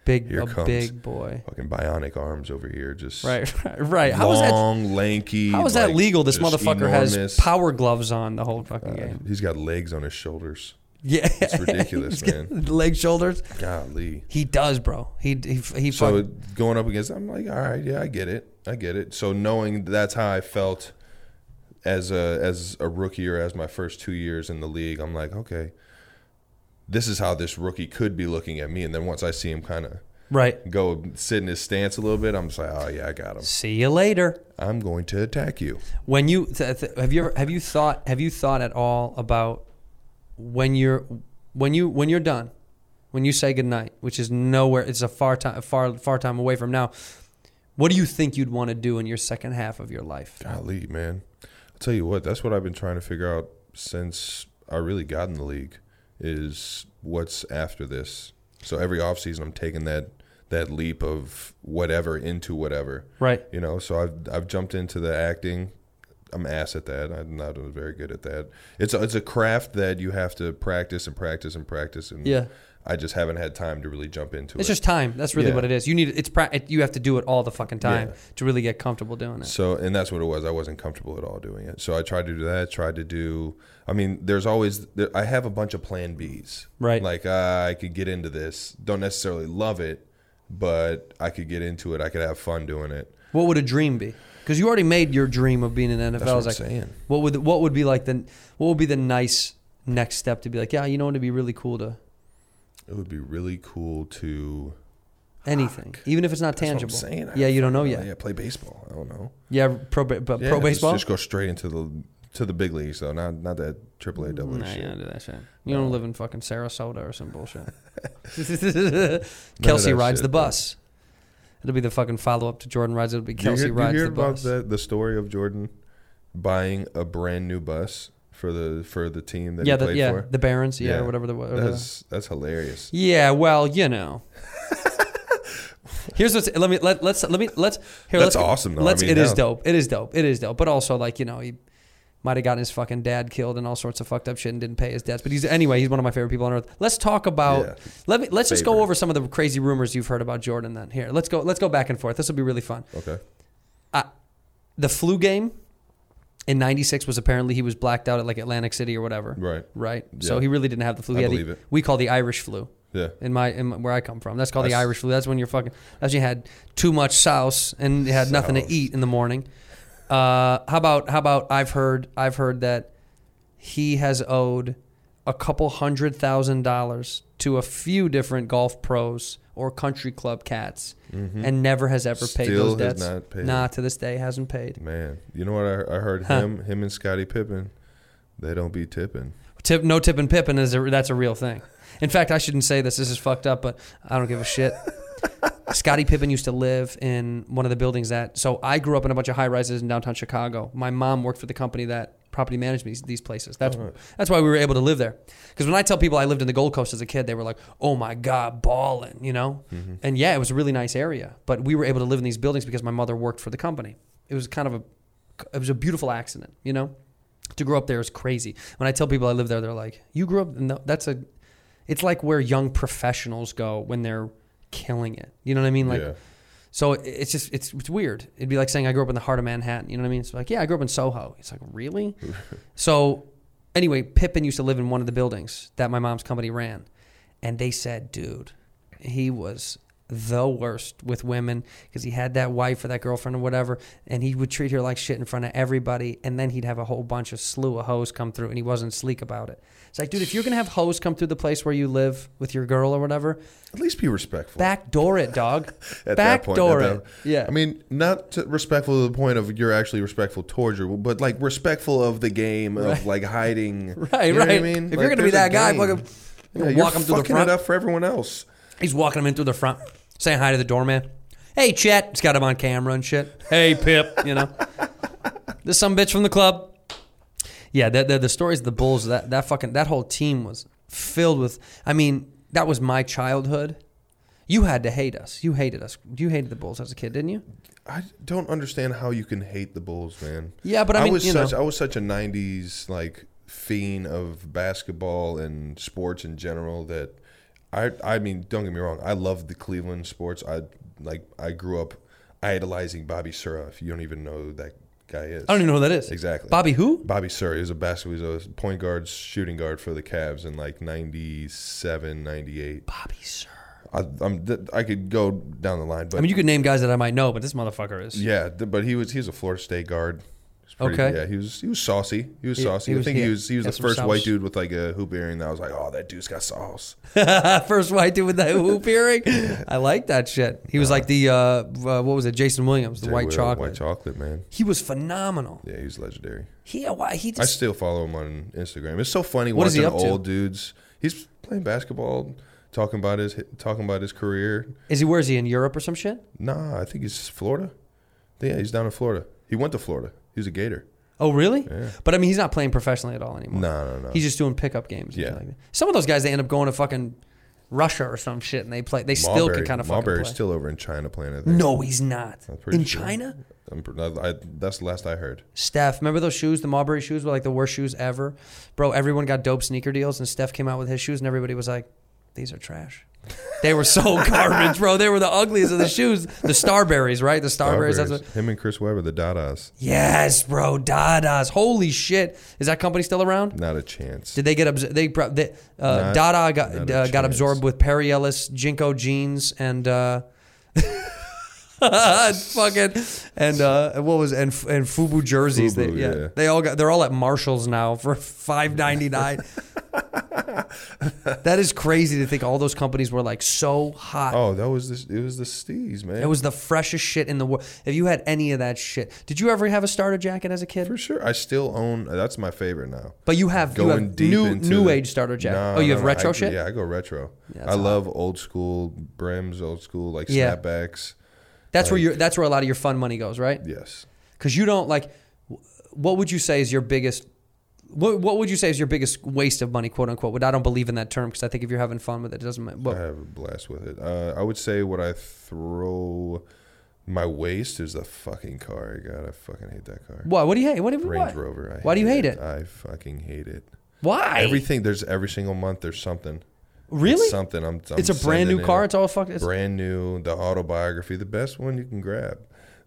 Speaker 1: big
Speaker 9: Here
Speaker 1: a
Speaker 9: comes.
Speaker 1: big boy.
Speaker 9: fucking bionic arms over here, just
Speaker 1: Right, right, right. How is that?
Speaker 9: long, lanky.
Speaker 1: How is that
Speaker 9: like,
Speaker 1: legal? This
Speaker 9: just
Speaker 1: motherfucker has
Speaker 9: enormous.
Speaker 1: power gloves on the whole fucking game.
Speaker 9: He's got legs on his shoulders.
Speaker 1: Yeah,
Speaker 9: It's ridiculous, man.
Speaker 1: leg shoulders.
Speaker 9: Golly.
Speaker 1: He does, bro. He he he.
Speaker 9: So
Speaker 1: fuck,
Speaker 9: going up against, I'm like, all right, yeah, I get it, I get it. So knowing that's how I felt as a as a rookie or as my first two years in the league, I'm like, okay, this is how this rookie could be looking at me. And then once I see him kind of
Speaker 1: right.
Speaker 9: go sit in his stance a little bit, I'm just like, oh yeah, I got him.
Speaker 1: See you later.
Speaker 9: I'm going to attack you.
Speaker 1: When you th- th- have you ever, have you thought have you thought at all about when you're when you when you're done when you say goodnight, which is nowhere. It's a far time far far time away from now. What do you think you'd want to do in your second half of your life?
Speaker 9: Golly, man. I'll tell you what, that's what I've been trying to figure out since I really got in the league is what's after this. So every offseason I'm taking that that leap of whatever into whatever.
Speaker 1: Right.
Speaker 9: You know, so I've I've jumped into the acting. I'm ass at that. I'm not very good at that. It's a, it's a craft that you have to practice and practice and practice and
Speaker 1: Yeah.
Speaker 9: I just haven't had time to really jump into
Speaker 1: It's
Speaker 9: it.
Speaker 1: just time. That's really
Speaker 9: Yeah.
Speaker 1: what it is. You need it's pra- it- you have to do it all the fucking time
Speaker 9: Yeah.
Speaker 1: to really get comfortable doing it.
Speaker 9: So, and that's what it was. I wasn't comfortable at all doing it. So I tried to do that. Tried to do. I mean, there's always. There, I have a bunch of Plan Bs.
Speaker 1: Right.
Speaker 9: Like uh, I could get into this. Don't necessarily love it, but I could get into it. I could have fun doing it.
Speaker 1: What would a dream be? Because you already made your dream of being in the NFL.
Speaker 9: That's what
Speaker 1: It's
Speaker 9: I'm
Speaker 1: like,
Speaker 9: saying.
Speaker 1: What would what would be like the what would be the nice next step to be like? Yeah, you know, it'd be really cool to
Speaker 9: It would be really cool to.
Speaker 1: anything, even if it's not
Speaker 9: That's what
Speaker 1: tangible.
Speaker 9: I'm saying. I
Speaker 1: yeah, you don't know
Speaker 9: fucking
Speaker 1: yet.
Speaker 9: Yeah, play baseball. I don't know.
Speaker 1: Yeah, pro ba- but
Speaker 9: Yeah,
Speaker 1: pro
Speaker 9: just-
Speaker 1: baseball.
Speaker 9: Just, go straight into the to the big leagues though. Not not that AAA, double
Speaker 1: Nah,
Speaker 9: shit.
Speaker 1: you don't do that shit. You don't live in fucking Sarasota or some bullshit. Kelsey
Speaker 9: that
Speaker 1: rides
Speaker 9: shit,
Speaker 1: the
Speaker 9: bro.
Speaker 1: bus. It'll be the fucking follow up to Jordan rides. It'll be Kelsey
Speaker 9: you hear,
Speaker 1: rides
Speaker 9: you hear
Speaker 1: the
Speaker 9: about
Speaker 1: bus.
Speaker 9: that, the story of Jordan buying a brand new bus for the for the team that
Speaker 1: yeah,
Speaker 9: he
Speaker 1: the,
Speaker 9: played
Speaker 1: yeah,
Speaker 9: for?
Speaker 1: the Barons, yeah, or whatever the or the-
Speaker 9: That's that's hilarious.
Speaker 1: Yeah, well, you know. Here's what's let me let let's let me let's here let's,
Speaker 9: That's awesome, though. I
Speaker 1: Let's
Speaker 9: mean,
Speaker 1: it is
Speaker 9: yeah.
Speaker 1: dope. It is dope. It is dope. But also like you know he might have gotten his fucking dad killed and all sorts of fucked up shit and didn't pay his debts. But he's anyway, he's one of my favorite people on earth. Let's talk about
Speaker 9: Yeah.
Speaker 1: let me let's just go
Speaker 9: Favorite.
Speaker 1: over some of the crazy rumors you've heard about Jordan then. Here. Let's go let's go back and forth. This will be really fun.
Speaker 9: Okay.
Speaker 1: The flu game in 96 was apparently he was blacked out at like Atlantic City or whatever.
Speaker 9: Right.
Speaker 1: Right. So
Speaker 9: Yeah.
Speaker 1: he really didn't have the flu.
Speaker 9: I
Speaker 1: He had the-
Speaker 9: believe it.
Speaker 1: We call the Irish flu
Speaker 9: Yeah.
Speaker 1: in my in my- where I come from. That's called the
Speaker 9: That's-
Speaker 1: Irish flu. That's when you're fucking. That's when you had too much sauce and you had nothing to
Speaker 9: Sauce.
Speaker 1: eat in the morning. Uh, how about how about I've heard I've heard that he has owed a couple hundred thousand dollars to a few different golf pros or country club cats and never has ever paid
Speaker 9: Mm-hmm. Still
Speaker 1: those
Speaker 9: has
Speaker 1: debts.
Speaker 9: not paid.
Speaker 1: Nah, to this day hasn't paid.
Speaker 9: Man, you know what I, I heard him him and Scottie Pippen, they don't be tipping.
Speaker 1: Tip, no tip and pippin is a, that's a real thing. In fact, I shouldn't say this. This is fucked up, but I don't give a shit. Scottie Pippen used to live in one of the buildings that. So I grew up in a bunch of high rises in downtown Chicago. My mom worked for the company that property managed these, these places. That's that's why we were able to live there. Because when I tell people I lived in the Gold Coast as a kid, they were like, "Oh my god, ballin'," you know. And yeah, it was a really nice area, but we were able to live in these buildings because my mother worked for the company. It was kind of a it was a beautiful accident, you know. To grow up there is crazy. When I tell people I live there, they're like, "You grew up?" No, that's a. It's like where young professionals go when they're killing it. You know what I mean? Like,
Speaker 9: Yeah.
Speaker 1: so it- it's just it's, it's weird. It'd be like saying I grew up in the heart of Manhattan. You know what I mean? It's like yeah, I grew up in Soho. It's like really. so anyway, Pippen used to live in one of the buildings that my mom's company ran, and they said, dude, he was the worst with women because he had that wife or that girlfriend or whatever, and he would treat her like shit in front of everybody, and then he'd have a whole bunch of slew of hoes come through, and he wasn't sleek about it. It's like, dude, if you're gonna have hoes come through the place where you live with your girl or whatever,
Speaker 9: At least be respectful.
Speaker 1: backdoor it, dog.
Speaker 9: at that point.
Speaker 1: backdoor
Speaker 9: at
Speaker 1: it.
Speaker 9: that-
Speaker 1: yeah.
Speaker 9: I mean, not to respectful to the point of you're actually respectful towards your, but like respectful of the game of like hiding.
Speaker 1: Right,
Speaker 9: you know what I
Speaker 1: right.
Speaker 9: mean?
Speaker 1: If you're gonna be
Speaker 9: there's a
Speaker 1: that guy,
Speaker 9: game.
Speaker 1: fucking-
Speaker 9: yeah, you're
Speaker 1: walk him to the
Speaker 9: fucking
Speaker 1: front.
Speaker 9: it up for everyone else.
Speaker 1: He's walking him in through the front, saying hi to the doorman. Hey, Chet. He's got him on camera and shit. Hey, Pip. You know, this some bitch from the club. Yeah, the, the, the stories of the Bulls, that, that fucking, that whole team was filled with, I mean, that was my childhood. You had to hate us. You hated us. You hated the Bulls as a kid, didn't you?
Speaker 9: I don't understand how you can hate the Bulls, man.
Speaker 1: Yeah, but I mean,
Speaker 9: was
Speaker 1: you
Speaker 9: such
Speaker 1: know.
Speaker 9: I was such a '90s like fiend of basketball and sports in general that I I mean, don't get me wrong, I love the Cleveland sports. I like I grew up idolizing Bobby Sura. If you don't even know who that guy is,
Speaker 1: I don't even know who that is.
Speaker 9: Exactly.
Speaker 1: Bobby who?
Speaker 9: Bobby Sura. He was a basketball. He was a point guard, shooting guard for the Cavs in like 97, 98.
Speaker 1: Bobby Sir.
Speaker 9: I, I'm, th- I could go down the line, but
Speaker 1: I mean, you could name guys that I might know, but this motherfucker is.
Speaker 9: yeah, th- but he was he was a Florida State guard. He's pretty-
Speaker 1: Okay.
Speaker 9: Yeah, he was he was saucy. He was saucy.
Speaker 1: he
Speaker 9: I
Speaker 1: was-
Speaker 9: think
Speaker 1: yeah,
Speaker 9: he was he was
Speaker 1: had
Speaker 9: the
Speaker 1: some
Speaker 9: first white
Speaker 1: sauce.
Speaker 9: dude with like a hoop earring that I was like, oh, that dude's got sauce.
Speaker 1: first white dude with that hoop earring. I like that shit. He was like the uh, uh, what was it? Jason Williams, the
Speaker 9: Jay
Speaker 1: white
Speaker 9: Will,
Speaker 1: chocolate.
Speaker 9: White chocolate, man.
Speaker 1: He was phenomenal.
Speaker 9: Yeah, he's legendary.
Speaker 1: He uh, why he
Speaker 9: I
Speaker 1: just
Speaker 9: still follow him on Instagram. It's so funny
Speaker 1: What is he
Speaker 9: watching
Speaker 1: up to?
Speaker 9: old dudes. He's playing basketball, talking about his talking about his career.
Speaker 1: is he where is he in Europe or some shit?
Speaker 9: Nah, I think he's Florida. Yeah, he's down in Florida. He went to Florida. He's a Gator.
Speaker 1: Oh really? But I mean, he's not playing professionally at all anymore.
Speaker 9: No, no, no.
Speaker 1: He's just doing pickup games. and
Speaker 9: Yeah.
Speaker 1: shit like that. Some of those guys they end up going to fucking Russia or some shit, and they play. They still can kind of fucking play. Mm-hmm.
Speaker 9: Marbury's still over in China playing. I think.
Speaker 1: no, he's not
Speaker 9: I'm pretty
Speaker 1: in
Speaker 9: sure.
Speaker 1: China.
Speaker 9: I'm, pr- I, I, that's the last I heard.
Speaker 1: Steph, remember those shoes? The Marbury shoes were like the worst shoes ever. Bro, everyone got dope sneaker deals, and Steph came out with his shoes, and everybody was like, these are trash. They were so garbage, bro. They were the ugliest of the shoes. The Starberries, right? The Starberries. That's
Speaker 9: Marbury's-
Speaker 1: what,
Speaker 9: him and Chris Webber, the Dadas,
Speaker 1: yes, bro. Dada's. Holy shit. Is that company still around?
Speaker 9: not a chance.
Speaker 1: Did they get absorbed? They, prob- they uh,
Speaker 9: Not-
Speaker 1: Dada got,
Speaker 9: not a
Speaker 1: uh, got
Speaker 9: chance.
Speaker 1: absorbed with Perry Ellis, Jinko jeans, and uh, fucking and uh, what was and and Fubu jerseys.
Speaker 9: Fubu,
Speaker 1: they, yeah.
Speaker 9: yeah.
Speaker 1: they all got they're all at Marshalls now for five ninety nine. that is crazy to think all those companies were like so hot.
Speaker 9: oh, that was this. It was the Stees, man.
Speaker 1: It was the freshest shit in the world. If you had any of that shit, did you ever have a starter jacket as a kid?
Speaker 9: for sure. I still own. That's my favorite now.
Speaker 1: But you have, you
Speaker 9: going
Speaker 1: have
Speaker 9: deep
Speaker 1: new
Speaker 9: into
Speaker 1: new
Speaker 9: the-
Speaker 1: age starter jacket.
Speaker 9: No,
Speaker 1: oh, you
Speaker 9: no,
Speaker 1: have
Speaker 9: no,
Speaker 1: retro
Speaker 9: I-
Speaker 1: shit.
Speaker 9: Yeah, I go retro.
Speaker 1: that's
Speaker 9: I
Speaker 1: hot.
Speaker 9: love old school brims, old school like
Speaker 1: Yeah.
Speaker 9: snapbacks.
Speaker 1: That's where your that's where a lot of your fun money goes, right?
Speaker 9: Yes.
Speaker 1: Because you don't like. wh- What would you say is your biggest? What What would you say is your biggest waste of money, quote unquote? But I don't believe in that term because I think if you're
Speaker 9: Uh,
Speaker 1: having fun with it, it doesn't matter.
Speaker 9: I
Speaker 1: But
Speaker 9: have a blast with it. Uh, I would say what I throw My waist is the fucking car. God, I fucking hate that car.
Speaker 1: What? What do you hate? What do you
Speaker 9: Range
Speaker 1: what?
Speaker 9: Rover. I
Speaker 1: Why do you hate it?
Speaker 9: I fucking hate it.
Speaker 1: Why?
Speaker 9: Everything there's every single month there's something.
Speaker 1: Really?
Speaker 9: It's something. I'm. I'm
Speaker 1: It's a brand new
Speaker 9: sending
Speaker 1: car?
Speaker 9: in.
Speaker 1: It's all fucked- it's-
Speaker 9: brand new. The autobiography, the best one you can grab,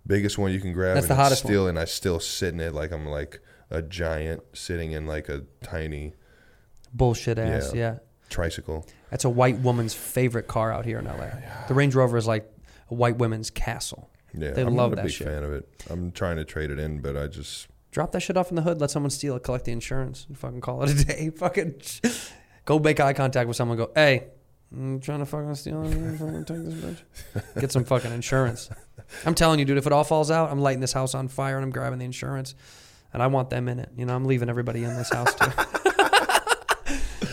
Speaker 9: biggest one you can grab.
Speaker 1: That's
Speaker 9: and
Speaker 1: the
Speaker 9: it's
Speaker 1: hottest one.
Speaker 9: Still, and I still sit in it like I'm like a giant sitting in like a tiny
Speaker 1: Bullshit ass.
Speaker 9: Yeah.
Speaker 1: Yeah.
Speaker 9: tricycle.
Speaker 1: That's a white woman's favorite car out here in LA. The Range Rover is like a white women's castle.
Speaker 9: Yeah,
Speaker 1: They
Speaker 9: I'm
Speaker 1: love
Speaker 9: not a
Speaker 1: that
Speaker 9: big
Speaker 1: shit.
Speaker 9: fan of it. I'm trying to trade it in, but I just
Speaker 1: Drop that shit off in the hood. Let someone steal it. Collect the insurance. And fucking call it a day. Fucking go make eye contact with someone. Go, hey, I'm trying to fucking steal it. I'm gonna fucking take this bitch. Get some fucking insurance. I'm telling you, dude. If it all falls out, I'm lighting this house on fire and I'm grabbing the insurance. And I want them in it. You know, I'm leaving everybody in this house too.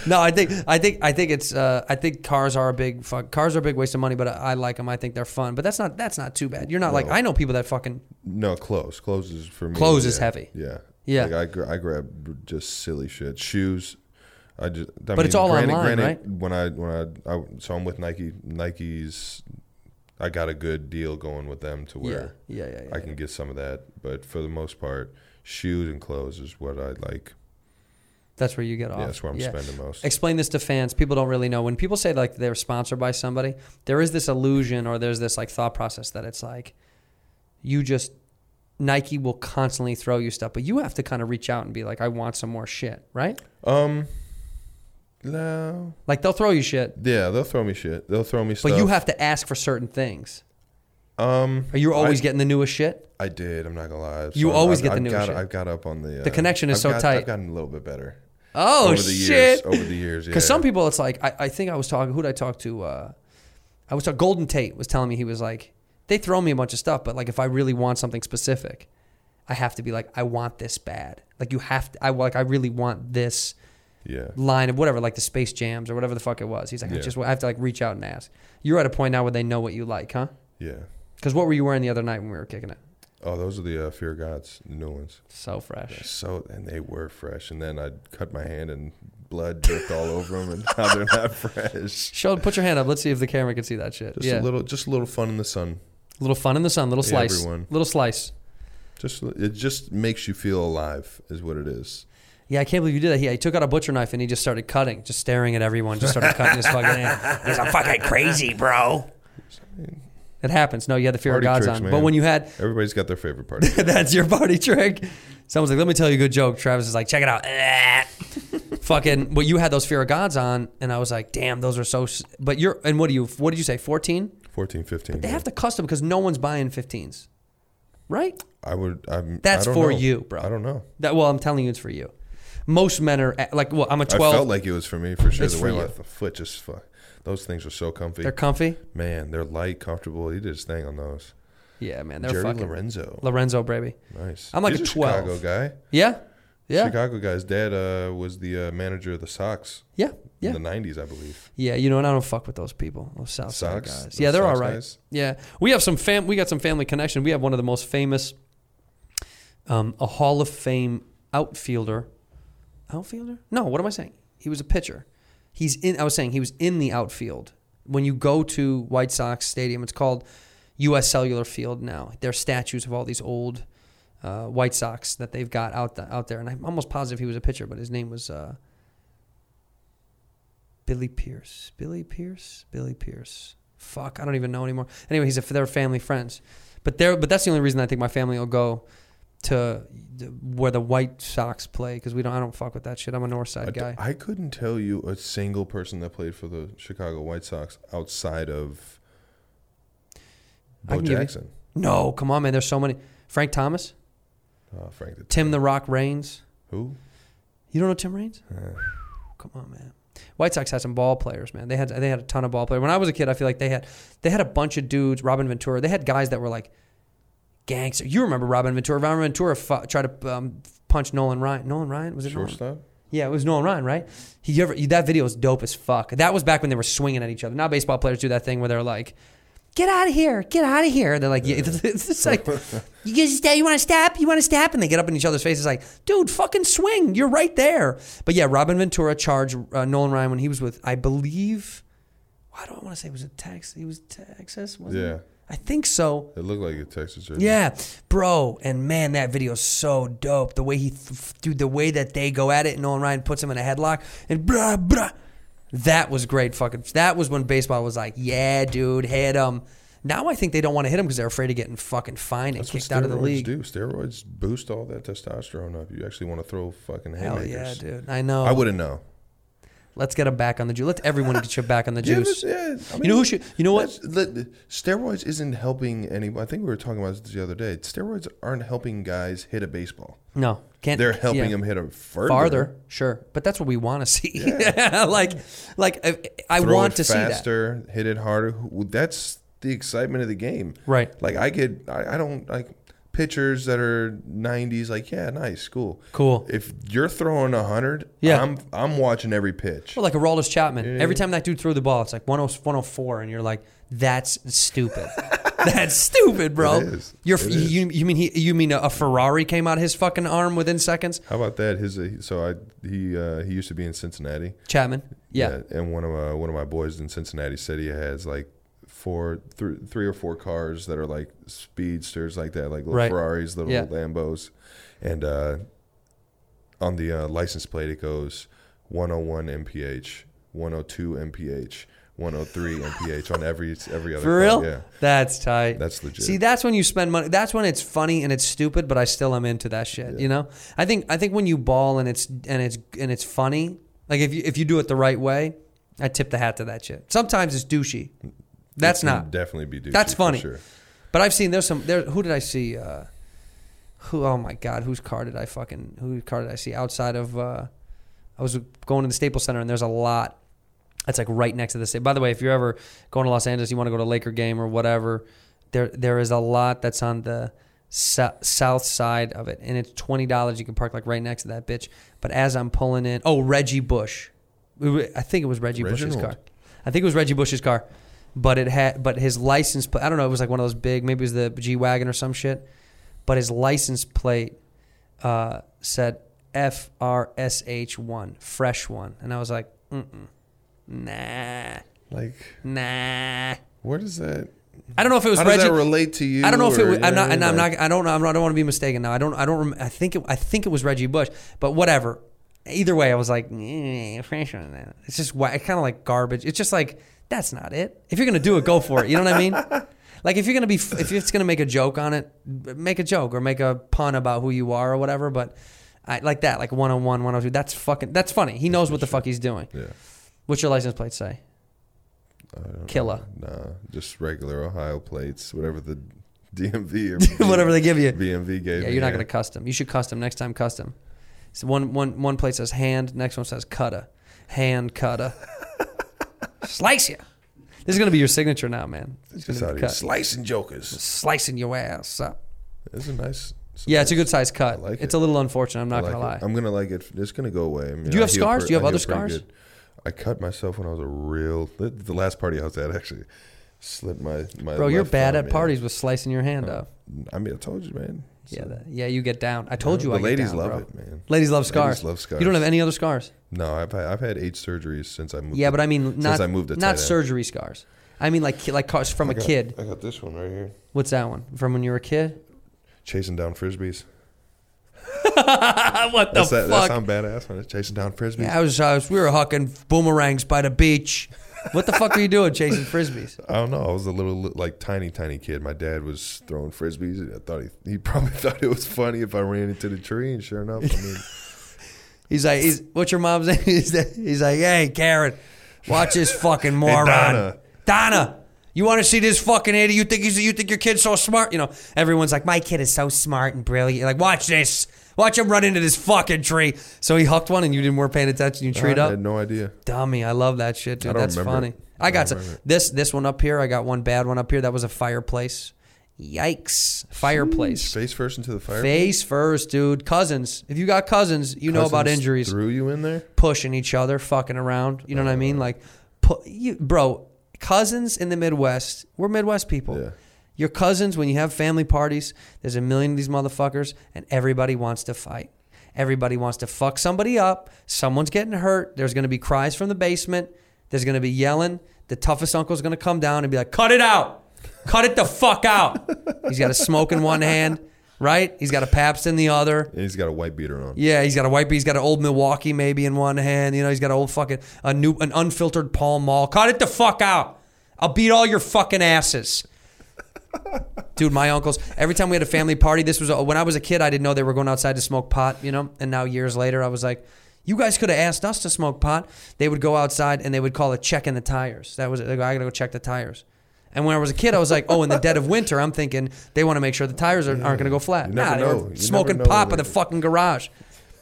Speaker 1: No, I think I think I think it's uh, I think cars are a big fuck. Cars are a big waste of money, but I, I like them. I think they're fun, but that's not that's not too bad. You're not like I know people that fucking
Speaker 9: no clothes. Clothes is for me.
Speaker 1: Clothes
Speaker 9: yeah.
Speaker 1: is heavy.
Speaker 9: Yeah,
Speaker 1: Yeah.
Speaker 9: Like I gr- I grab just silly shit. Shoes. I just. I
Speaker 1: But it's all online, right?
Speaker 9: When I when I, I so I'm with Nike. Nike's. I got a good deal going with them to where
Speaker 1: Yeah, yeah, yeah,
Speaker 9: I can get some of that, but for the most part, shoes and clothes is what I like.
Speaker 1: that's where you get off.
Speaker 9: that's where I'm spending most.
Speaker 1: Explain this to fans. People don't really know when people say like they're sponsored by somebody. There is this illusion or there's this like thought process that it's like you just Nike will constantly throw you stuff, but you have to kind of reach out and be like, I want some more shit, right?
Speaker 9: Um, no,
Speaker 1: Like they'll throw you shit,
Speaker 9: yeah, they'll throw me shit. They'll throw me stuff.
Speaker 1: but you have to ask for certain things.
Speaker 9: um.
Speaker 1: Are you always
Speaker 9: I-
Speaker 1: getting the newest shit?
Speaker 9: I did. I'm not gonna lie.
Speaker 1: You always get the
Speaker 9: I've
Speaker 1: newest
Speaker 9: got,
Speaker 1: shit.
Speaker 9: I've got up on the. Uh,
Speaker 1: The connection is
Speaker 9: I've
Speaker 1: so
Speaker 9: got-
Speaker 1: tight.
Speaker 9: I've gotten a little bit better.
Speaker 1: Oh
Speaker 9: over the
Speaker 1: shit!
Speaker 9: years. Over the years, yeah.
Speaker 1: Because some people, it's like I, I think I was talking. Who did I talk to? Uh, I was talking. Golden Tate was telling me he was like, they throw me a bunch of stuff, but like if I really want something specific, I have to be like, I want this bad. Like you have to. I like I really want this
Speaker 9: yeah.
Speaker 1: line of whatever, like the Space Jams or whatever the fuck it was. He's like, I
Speaker 9: Yeah.
Speaker 1: just I have to like reach out and ask. You're at a point now where they know what you like, huh?
Speaker 9: Yeah.
Speaker 1: Because what were you wearing the other night when we were kicking it?
Speaker 9: Oh, those are the uh, Fear of Gods new ones.
Speaker 1: So fresh.
Speaker 9: So and they were fresh, and then I cut my hand and blood dripped all over them, and now they're not fresh.
Speaker 1: Show, put your hand up. Let's see if the camera can see that shit.
Speaker 9: Just
Speaker 1: yeah,
Speaker 9: a little, just a little fun in the sun.
Speaker 1: little fun in the sun, little
Speaker 9: Yeah,
Speaker 1: slice,
Speaker 9: everyone.
Speaker 1: little slice.
Speaker 9: Just it just makes you feel alive, is what it is.
Speaker 1: Yeah, I can't believe you did that. He, he took out a butcher knife and he just started cutting, just staring at everyone, just started cutting his fucking hand.
Speaker 10: He's a fucking crazy, bro.
Speaker 1: It happens. No, you had the fear
Speaker 9: Party
Speaker 1: of God's
Speaker 9: tricks,
Speaker 1: on.
Speaker 9: man.
Speaker 1: But when you had,
Speaker 9: Everybody's got their favorite part. of it.
Speaker 1: that's your party trick. Someone's like, let me tell you a good joke. Travis is like, check it out. fucking, but you had those fear of God's on, and I was like, damn, those are so. s- But you're, and what do you, what did you say, 14?
Speaker 9: 14, 15.
Speaker 1: They
Speaker 9: yeah.
Speaker 1: have to custom because no one's buying 15s, right?
Speaker 9: I would. I'm,
Speaker 1: That's
Speaker 9: I don't
Speaker 1: for
Speaker 9: know.
Speaker 1: you, bro.
Speaker 9: I don't know.
Speaker 1: That Well, I'm telling you, it's for you. Most men are at- like, well, I'm a
Speaker 9: I
Speaker 1: 12.
Speaker 9: felt like it was for me for sure.
Speaker 1: It's
Speaker 9: The
Speaker 1: for
Speaker 9: way
Speaker 1: you.
Speaker 9: my foot just fuck. Those things are so comfy.
Speaker 1: they're comfy.
Speaker 9: Man, they're light, comfortable. He did his thing on those.
Speaker 1: Yeah, man, they're
Speaker 9: Jerry
Speaker 1: fucking
Speaker 9: Lorenzo.
Speaker 1: Lorenzo, baby.
Speaker 9: nice.
Speaker 1: I'm like
Speaker 9: He's
Speaker 1: a 12.
Speaker 9: Chicago guy.
Speaker 1: Yeah. Yeah.
Speaker 9: Chicago guy's dad uh, was the uh, manager of the Sox.
Speaker 1: Yeah. Yeah.
Speaker 9: In the '90s, I believe.
Speaker 1: Yeah, you know, and I don't fuck with those people, those South Side
Speaker 9: Sox?
Speaker 1: guys.
Speaker 9: Those
Speaker 1: Yeah, they're
Speaker 9: Sox
Speaker 1: all right.
Speaker 9: guys?
Speaker 1: Yeah, we have some fam. We got some family connection. We have one of the most famous, um, a Hall of Fame outfielder. Outfielder? No, what am I saying? He was a pitcher. He's in. I was saying he was in the outfield. When you go to White Sox Stadium, it's called U.S. Cellular Field now. There are statues of all these old uh, White Sox that they've got out the, out there, and I'm almost positive he was a pitcher, but his name was. Uh, Billy Pierce. Billy Pierce. Billy Pierce. Fuck, I don't even know anymore. Anyway, he's a they're family friends, but they're but that's the only reason I think my family will go to the- where the White Sox play because we don't I don't fuck with that shit. I'm a North Side
Speaker 9: I d-
Speaker 1: guy.
Speaker 9: I couldn't tell you a single person that played for the Chicago White Sox outside of
Speaker 1: I
Speaker 9: Bo
Speaker 1: can give you-
Speaker 9: Jackson.
Speaker 1: No, come on, man. There's so many. Frank Thomas,
Speaker 9: Oh, Frank the
Speaker 1: Tim the Rock Reigns.
Speaker 9: Who?
Speaker 1: You don't know Tim Raines? Come on, man. White Sox had some ball players, man. They had they had a ton of ball players. When I was a kid, I feel like they had they had a bunch of dudes. Robin Ventura. They had guys that were like gangster. You remember Robin Ventura? Robin Ventura fu- tried to um, punch Nolan Ryan. Nolan Ryan was it? Nolan?
Speaker 9: Shortstop.
Speaker 1: Yeah, it was Nolan Ryan, right? He you ever that video is dope as fuck. That was back when they were swinging at each other. Now baseball players do that thing where they're like, "Get out of here! Get out of here!" They're like, yeah. "It's just like you guys, stab- you want to stab? You want to stab?" And they get up in each other's faces like, "Dude, fucking swing! You're right there." But yeah, Robin Ventura charged uh, Nolan Ryan when he was with, I believe, why do I want to say it was a Texas? He was Texas, wasn't
Speaker 9: Yeah.
Speaker 1: it? I think so.
Speaker 9: It looked like a Texas Surgeon.
Speaker 1: Yeah, bro, and man, that video is so dope. The way he, th- dude, the way that they go at it, and Nolan Ryan puts him in a headlock, and blah blah. That was great, fucking. That was when baseball was like, yeah, dude, hit him. Now I think they don't want to hit him because they're afraid of getting fucking fined and
Speaker 9: That's what
Speaker 1: kicked out of the
Speaker 9: steroids
Speaker 1: league.
Speaker 9: Do steroids boost all that testosterone up? You actually want to throw fucking
Speaker 1: Hell
Speaker 9: haymakers.
Speaker 1: yeah, dude. I know.
Speaker 9: I wouldn't know.
Speaker 1: Let's get him back on the juice. Let's everyone get you back on the
Speaker 9: Yeah,
Speaker 1: juice.
Speaker 9: but- yeah, I
Speaker 1: you know who should? You know what?
Speaker 9: that's- the- the- steroids isn't helping anybody. I think we were talking about this the other day. Steroids aren't helping guys hit a baseball.
Speaker 1: No, can't.
Speaker 9: They're helping
Speaker 1: yeah.
Speaker 9: them hit a further.
Speaker 1: farther. Sure, but that's what we want to see. like, like I, I
Speaker 9: Throw
Speaker 1: want
Speaker 9: it
Speaker 1: to see that.
Speaker 9: faster, hit it harder. Who- That's the excitement of the game.
Speaker 1: Right.
Speaker 9: Like I get, I, I don't like pitchers that are 90s. Like yeah, nice, cool,
Speaker 1: Cool.
Speaker 9: If you're throwing 100,
Speaker 1: Yeah.
Speaker 9: I'm I'm watching every pitch.
Speaker 1: Well, like a Aroldis Chapman. Every time that dude threw the ball, it's like oh, 10 104, and you're like, that's stupid. that's stupid, bro.
Speaker 9: It is.
Speaker 1: You're,
Speaker 9: It is.
Speaker 1: you, you mean he, you mean a, a Ferrari came out of his fucking arm within seconds?
Speaker 9: How about that? His uh, so I he uh, he used to be in Cincinnati.
Speaker 1: Chapman. Yeah.
Speaker 9: and one of my, one of my boys in Cincinnati said he has like four, three, three or four cars that are like speedsters like that, like little
Speaker 1: Right.
Speaker 9: Ferraris, little
Speaker 1: Yeah.
Speaker 9: Lambos, and uh, on the uh, license plate it goes 101 mph, 102 mph, 103 mph on every every other.
Speaker 1: For
Speaker 9: car.
Speaker 1: real?
Speaker 9: Yeah.
Speaker 1: That's tight.
Speaker 9: That's legit.
Speaker 1: See, that's when you spend money. That's when it's funny and it's stupid, but I still am into that shit. You know, I think I think when you ball and it's and it's and it's funny, like if you if you do it the right way, I tip the hat to that shit. Sometimes it's douchey. That's
Speaker 9: It can
Speaker 1: not.
Speaker 9: definitely be. Douchey,
Speaker 1: That's
Speaker 9: for
Speaker 1: funny.
Speaker 9: Sure.
Speaker 1: But I've seen there's some there. Who did I see? Uh, who? Oh my god, whose car did I fucking? Whose car did I see outside of? Uh, I was going to the Staples Center and there's a lot. That's like right next to the state. By the way, if you're ever going to Los Angeles, you want to go to a Laker game or whatever. There, there is a lot that's on the sou- south side of it, and it's twenty dollars. You can park like right next to that bitch. But as I'm pulling in, oh Reggie Bush, We were- I think it was Reggie Bush's
Speaker 9: Reginald.
Speaker 1: car. I think it was Reggie Bush's car, but it had but his license plate. I don't know. It was like one of those big. Maybe it was the G wagon or some shit. But his license plate uh, said F R S H one, fresh one, and I was like, Mm-mm. nah,
Speaker 9: Like,
Speaker 1: nah.
Speaker 9: where does that?
Speaker 1: I don't know if it was
Speaker 9: How does
Speaker 1: Reggie.
Speaker 9: that relate to you?
Speaker 1: I don't know if
Speaker 9: or-
Speaker 1: it was.
Speaker 9: you know
Speaker 1: I'm
Speaker 9: what
Speaker 1: not.
Speaker 9: I
Speaker 1: And I'm
Speaker 9: mean? Like-
Speaker 1: not. I don't. know. I don't want to be mistaken now. I don't. I don't. rem- I think. It, I think it was Reggie Bush. But whatever. Either way, I was like, eh, fresh one. it's just wha- kind of like garbage. It's just like that's not it. If you're gonna do it, go for it. You know what I mean? Like if you're gonna be, f- if it's gonna make a joke on it, make a joke or make a pun about who you are or whatever. But I like that, like one on one, one on two. That's fucking. That's funny. He knows what the fuck he's doing.
Speaker 9: Yeah.
Speaker 1: What's your license plate say? Killer.
Speaker 9: Nah, just regular Ohio plates, whatever the DMV or
Speaker 1: Whatever they give you.
Speaker 9: BMV gave.
Speaker 1: Yeah,
Speaker 9: me,
Speaker 1: you're not gonna custom. You should custom next time. Custom. So one one one plate says hand. Next one says cutter. Hand cutter. Slice you. This is gonna be your signature now, man. It's
Speaker 9: Just
Speaker 1: gonna
Speaker 9: out
Speaker 1: be
Speaker 9: here
Speaker 1: cut.
Speaker 9: slicing jokers.
Speaker 1: slicing your ass up.
Speaker 9: It's a nice. a
Speaker 1: Yeah, it's a good size cut.
Speaker 9: like
Speaker 1: it's
Speaker 9: it.
Speaker 1: a little unfortunate. I'm
Speaker 9: I
Speaker 1: not
Speaker 9: like
Speaker 1: gonna
Speaker 9: it.
Speaker 1: lie.
Speaker 9: I'm gonna like it. It's gonna go away. I mean,
Speaker 1: you
Speaker 9: I
Speaker 1: have
Speaker 9: heal
Speaker 1: scars?
Speaker 9: pre-
Speaker 1: Do you have
Speaker 9: I
Speaker 1: other
Speaker 9: heal pretty
Speaker 1: scars?
Speaker 9: good. I cut myself when I was a real. The, the last party I was at actually slipped my my.
Speaker 1: Bro, you're
Speaker 9: left
Speaker 1: bad at
Speaker 9: thumb, yeah.
Speaker 1: parties with slicing your hand up.
Speaker 9: I mean, I told you, man.
Speaker 1: Yeah,
Speaker 9: So-
Speaker 1: that, yeah, you get down. I told you.
Speaker 9: the
Speaker 1: I get
Speaker 9: ladies
Speaker 1: down,
Speaker 9: love
Speaker 1: bro.
Speaker 9: it, man.
Speaker 1: Ladies love
Speaker 9: Ladies
Speaker 1: scars.
Speaker 9: love
Speaker 1: You don't
Speaker 9: scars.
Speaker 1: have any other scars.
Speaker 9: no, I've had, I've had eight surgeries since I moved.
Speaker 1: Yeah,
Speaker 9: to-
Speaker 1: but I mean, not
Speaker 9: since I moved to
Speaker 1: not
Speaker 9: tight end.
Speaker 1: surgery scars. I mean, like ki- like cars from
Speaker 9: I
Speaker 1: a
Speaker 9: got-
Speaker 1: kid.
Speaker 9: I got this one right here,
Speaker 1: What's that one from when you were a kid?
Speaker 9: chasing down frisbees.
Speaker 1: what the
Speaker 9: That's
Speaker 1: fuck?
Speaker 9: that, that's how I'm badass when it's chasing down frisbees.
Speaker 1: Yeah, I was, I was. We were hucking boomerangs by the beach. What the fuck were you doing, chasing frisbees?
Speaker 9: I don't know. I was a little like tiny, tiny kid. My dad was throwing frisbees. And I thought he, he probably thought it was funny if I ran into the tree. And sure enough, I mean,
Speaker 1: He's like, he's, what's your mom's name? He's, like- he's like, hey, Karen, watch this fucking moron,
Speaker 9: Donna.
Speaker 1: Donna, you want to see this fucking idiot? You think he's, you think your kid's so smart? You know, everyone's like, my kid is so smart and brilliant. Like, watch this, watch him run into this fucking tree. So he hucked one, and you didn't weren't paying attention. You treed
Speaker 9: I
Speaker 1: up.
Speaker 9: had no idea.
Speaker 1: dummy. I love that shit, dude.
Speaker 9: I don't
Speaker 1: That's
Speaker 9: remember
Speaker 1: funny.
Speaker 9: it.
Speaker 1: I
Speaker 9: I
Speaker 1: got
Speaker 9: don't
Speaker 1: some-
Speaker 9: remember it.
Speaker 1: this this one up here. I got one bad one up here. That was a fireplace. Yikes! Fireplace.
Speaker 9: Face first into the fire.
Speaker 1: Face first, dude. Cousins. If you got cousins, you know about
Speaker 9: Cousins
Speaker 1: injuries.
Speaker 9: Threw you in there.
Speaker 1: Pushing each other, fucking around. You know what I mean? Like, pu- you, bro, cousins in the Midwest. We're Midwest people.
Speaker 9: Yeah.
Speaker 1: Your cousins, when you have family parties, there's a million of these motherfuckers, and everybody wants to fight. Everybody wants to fuck somebody up. Someone's getting hurt. There's going to be cries from the basement. There's going to be yelling. The toughest uncle's going to come down and be like, cut it out. Cut it the fuck out. He's got a smoke in one hand, right? He's got a Pabst in the other.
Speaker 9: And he's got a white beater on.
Speaker 1: Yeah, he's got a white. He's got an old Milwaukee maybe in one hand. You know, he's got an old fucking a new an unfiltered Pall Mall. Cut it the fuck out. I'll beat all your fucking asses. Dude, my uncles. Every time we had a family party, this was when I was a kid. I didn't know they were going outside to smoke pot, you know. And now years later, I was like, "You guys could have asked us to smoke pot." They would go outside and they would call it checking the tires. That was it. They go, I gotta go check the tires. And when I was a kid, I was like, "Oh, in the dead of winter, I'm thinking they want to make sure the tires are, aren't gonna go flat."
Speaker 9: You never
Speaker 1: nah, they
Speaker 9: know. You
Speaker 1: were
Speaker 9: never
Speaker 1: smoking
Speaker 9: know
Speaker 1: pot in
Speaker 9: when
Speaker 1: the
Speaker 9: they-
Speaker 1: fucking garage.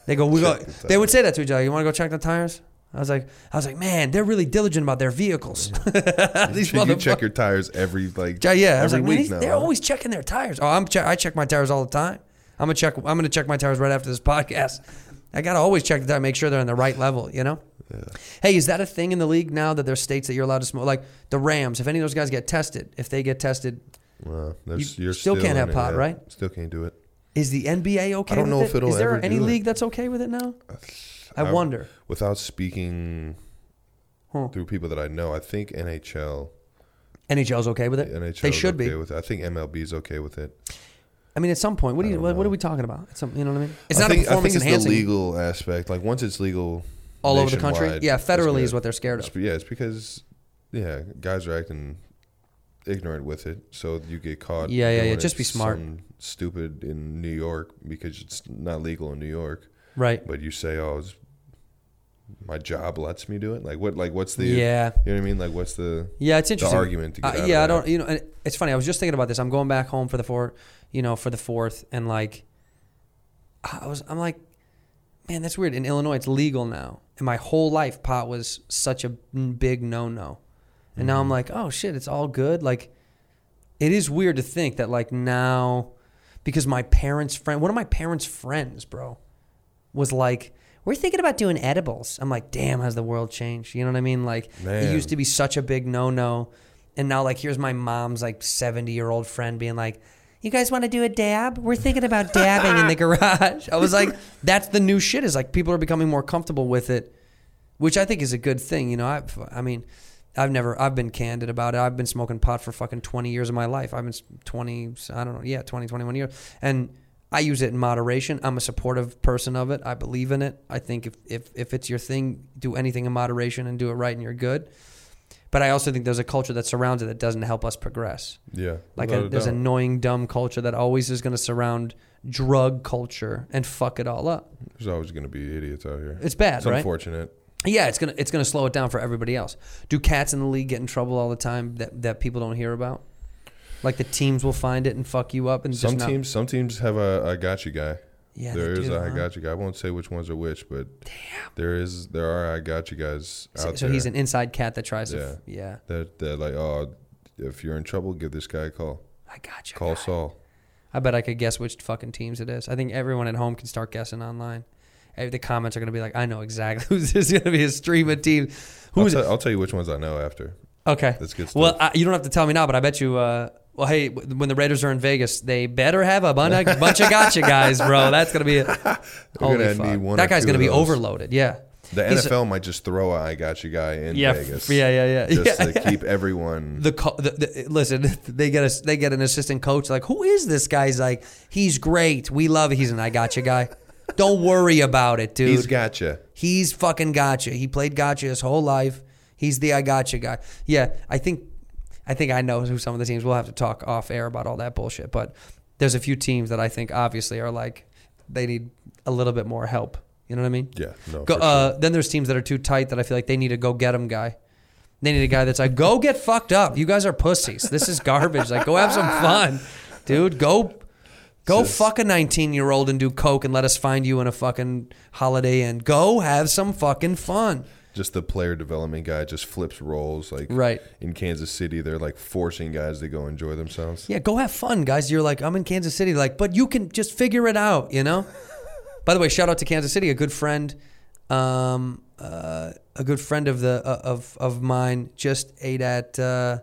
Speaker 1: They go, we go.
Speaker 9: Check the
Speaker 1: They would say that to each other. You want to go check the tires? I was like, I was like, man, they're really diligent about their vehicles. These
Speaker 9: You, you check
Speaker 1: motherfuckers.
Speaker 9: your tires every like
Speaker 1: Yeah, yeah. I was
Speaker 9: every
Speaker 1: like, man,
Speaker 9: week
Speaker 1: he's-
Speaker 9: now.
Speaker 1: they're
Speaker 9: huh?
Speaker 1: always checking their tires. Oh, I'm check. I check my tires all the time. I'm gonna check. I'm gonna check my tires right after this podcast. I gotta always check the tire, make sure they're in the right level. You know. Hey, is that a thing in the league now that there's states that you're allowed to smoke? Like the Rams, if any of those guys get tested, if they get tested,
Speaker 9: Well, there's-
Speaker 1: you
Speaker 9: you're
Speaker 1: still can't
Speaker 9: in
Speaker 1: have
Speaker 9: it,
Speaker 1: pot,
Speaker 9: yeah.
Speaker 1: right?
Speaker 9: Still can't do it.
Speaker 1: is the NBA okay?
Speaker 9: I don't
Speaker 1: with
Speaker 9: know
Speaker 1: it?
Speaker 9: if it'll
Speaker 1: Is there
Speaker 9: ever
Speaker 1: any
Speaker 9: do it.
Speaker 1: league that's okay with it now? I wonder.
Speaker 9: Without speaking through people that I know, I think NHL,
Speaker 1: NHL's okay with it.
Speaker 9: NHL,
Speaker 1: they should
Speaker 9: okay
Speaker 1: be.
Speaker 9: With it. I think MLB is okay with it.
Speaker 1: I mean, at some point, what do you? What, what are we talking about? It's some, you know what I mean? It's
Speaker 9: I
Speaker 1: not
Speaker 9: think,
Speaker 1: a performance
Speaker 9: I think it's the
Speaker 1: enhancing.
Speaker 9: legal aspect. Like once it's legal,
Speaker 1: All over the country?
Speaker 9: nationwide,
Speaker 1: Yeah,
Speaker 9: it's
Speaker 1: federally
Speaker 9: good.
Speaker 1: is what they're scared of.
Speaker 9: It's be- yeah, it's because yeah, guys are acting ignorant with it, so you get caught.
Speaker 1: Yeah, yeah, yeah,
Speaker 9: doing
Speaker 1: just be smart.
Speaker 9: something Stupid in New York because it's not legal in New York,
Speaker 1: Right.
Speaker 9: but you say, "Oh, it's, my job lets me do it." Like what? Like what's the?
Speaker 1: Yeah.
Speaker 9: you know what I mean. Like what's the?
Speaker 1: Yeah, it's interesting.
Speaker 9: The argument to get
Speaker 1: Uh,
Speaker 9: out
Speaker 1: yeah, I
Speaker 9: of that.
Speaker 1: don't. You know, and it's funny. I was just thinking about this. I'm going back home for the four, you know, for the fourth, and like, I was. I'm like, man, that's weird. In Illinois, it's legal now. And my whole life, pot was such a big no no, and
Speaker 9: Mm-hmm.
Speaker 1: now I'm like, oh shit, it's all good. Like, it is weird to think that like now, because my parents' friend, one of my parents' friends, bro, was like. We're thinking about doing edibles. I'm like, damn, has the world changed? You know what I mean? Like, it
Speaker 9: Man.
Speaker 1: used to to be such a big no no. And now like here's my mom's like seventy year old friend being like, You guys wanna do a dab? We're thinking about dabbing in the garage. I was like, that's the new shit is like people are becoming more comfortable with it, which I think is a good thing. You know, I I mean I've never I've been candid about it. I've been smoking pot for fucking 20 years of my life. I've been s- 20 I don't know, yeah, 20 21 years. And I use it in moderation. I'm a supportive person of it. I believe in it. I think if if if it's your thing, do anything in moderation and do it right and you're good but I also think there's a culture that surrounds it that doesn't help us progress.
Speaker 9: Yeah,
Speaker 1: Like
Speaker 9: without
Speaker 1: a, there's
Speaker 9: doubt.
Speaker 1: annoying dumb culture that always is going to surround drug culture and fuck it all up.
Speaker 9: There's always going to be idiots out here.
Speaker 1: It's bad,
Speaker 9: It's
Speaker 1: right?
Speaker 9: unfortunate.
Speaker 1: Yeah, it's gonna it's gonna slow it down for everybody else. Do cats in the league get in trouble all the time that that people don't hear about? Like the teams will find it and fuck you up and
Speaker 9: Some
Speaker 1: just not-
Speaker 9: teams, some teams have a I got you guy.
Speaker 1: Yeah,
Speaker 9: there
Speaker 1: they
Speaker 9: is
Speaker 1: do,
Speaker 9: a I
Speaker 1: huh?
Speaker 9: got you guy. I won't say which ones are which, but there is there are I got you guys out
Speaker 1: So,
Speaker 9: there.
Speaker 1: so he's an inside cat that tries to. f-
Speaker 9: Yeah.
Speaker 1: yeah,
Speaker 9: That that like oh, if you're in trouble, give this guy a call.
Speaker 1: I got you.
Speaker 9: Call
Speaker 1: guy.
Speaker 9: Saul.
Speaker 1: I bet I could guess which fucking teams it is. I think everyone at home can start guessing online. Eh, The comments are going to be like, I know exactly who's this going to be a stream of teams.
Speaker 9: I'll,
Speaker 1: Who's
Speaker 9: tell- I'll tell you which ones I know after.
Speaker 1: Okay.
Speaker 9: That's good
Speaker 1: Well,
Speaker 9: stuff.
Speaker 1: I, you don't have to tell me now, but I bet you. Uh, well, hey, w- when the Raiders are in Vegas, they better have a bunch of, bunch of gotcha guys, bro. That's gonna be. A, holy
Speaker 9: gonna
Speaker 1: fuck.
Speaker 9: need one
Speaker 1: That
Speaker 9: or
Speaker 1: guy's
Speaker 9: two
Speaker 1: gonna
Speaker 9: of
Speaker 1: be
Speaker 9: those.
Speaker 1: overloaded. Yeah.
Speaker 9: The
Speaker 1: He's-
Speaker 9: NFL might just throw a I got you guy in
Speaker 1: Yeah, f-
Speaker 9: Vegas.
Speaker 1: yeah, yeah, yeah.
Speaker 9: Just
Speaker 1: Yeah,
Speaker 9: to keep everyone.
Speaker 1: The, co- the, the listen, they get a they get an assistant coach like, who is this guy? He's like, he's great. We love. It. He's an I gotcha guy. Don't worry about it, dude.
Speaker 9: he's got you.
Speaker 1: He's fucking gotcha. He played gotcha his whole life. He's the I gotcha guy. Yeah, I think I think I know who some of the teams. We'll have to talk off air about all that bullshit. But there's a few teams that I think obviously are like they need a little bit more help. You know what I mean?
Speaker 9: Yeah, no,
Speaker 1: Go,
Speaker 9: for
Speaker 1: uh, Then there's teams that are too tight that I feel like they need a go get them guy. They need a guy that's like, go get fucked up. You guys are pussies. This is garbage. Like, go have some fun, dude. Go, go fuck a 19 year old and do coke and let us find you in a fucking Holiday Inn. Go have some fucking fun.
Speaker 9: Just the player development guy just flips roles like
Speaker 1: Right.
Speaker 9: in Kansas City. They're like forcing guys to go enjoy themselves.
Speaker 1: Yeah, go have fun, guys. You're like, I'm in Kansas City. Like, but you can just figure it out, you know? By the way, shout out to Kansas City. A good friend, um, uh, a good friend of the uh, of of mine just ate at uh,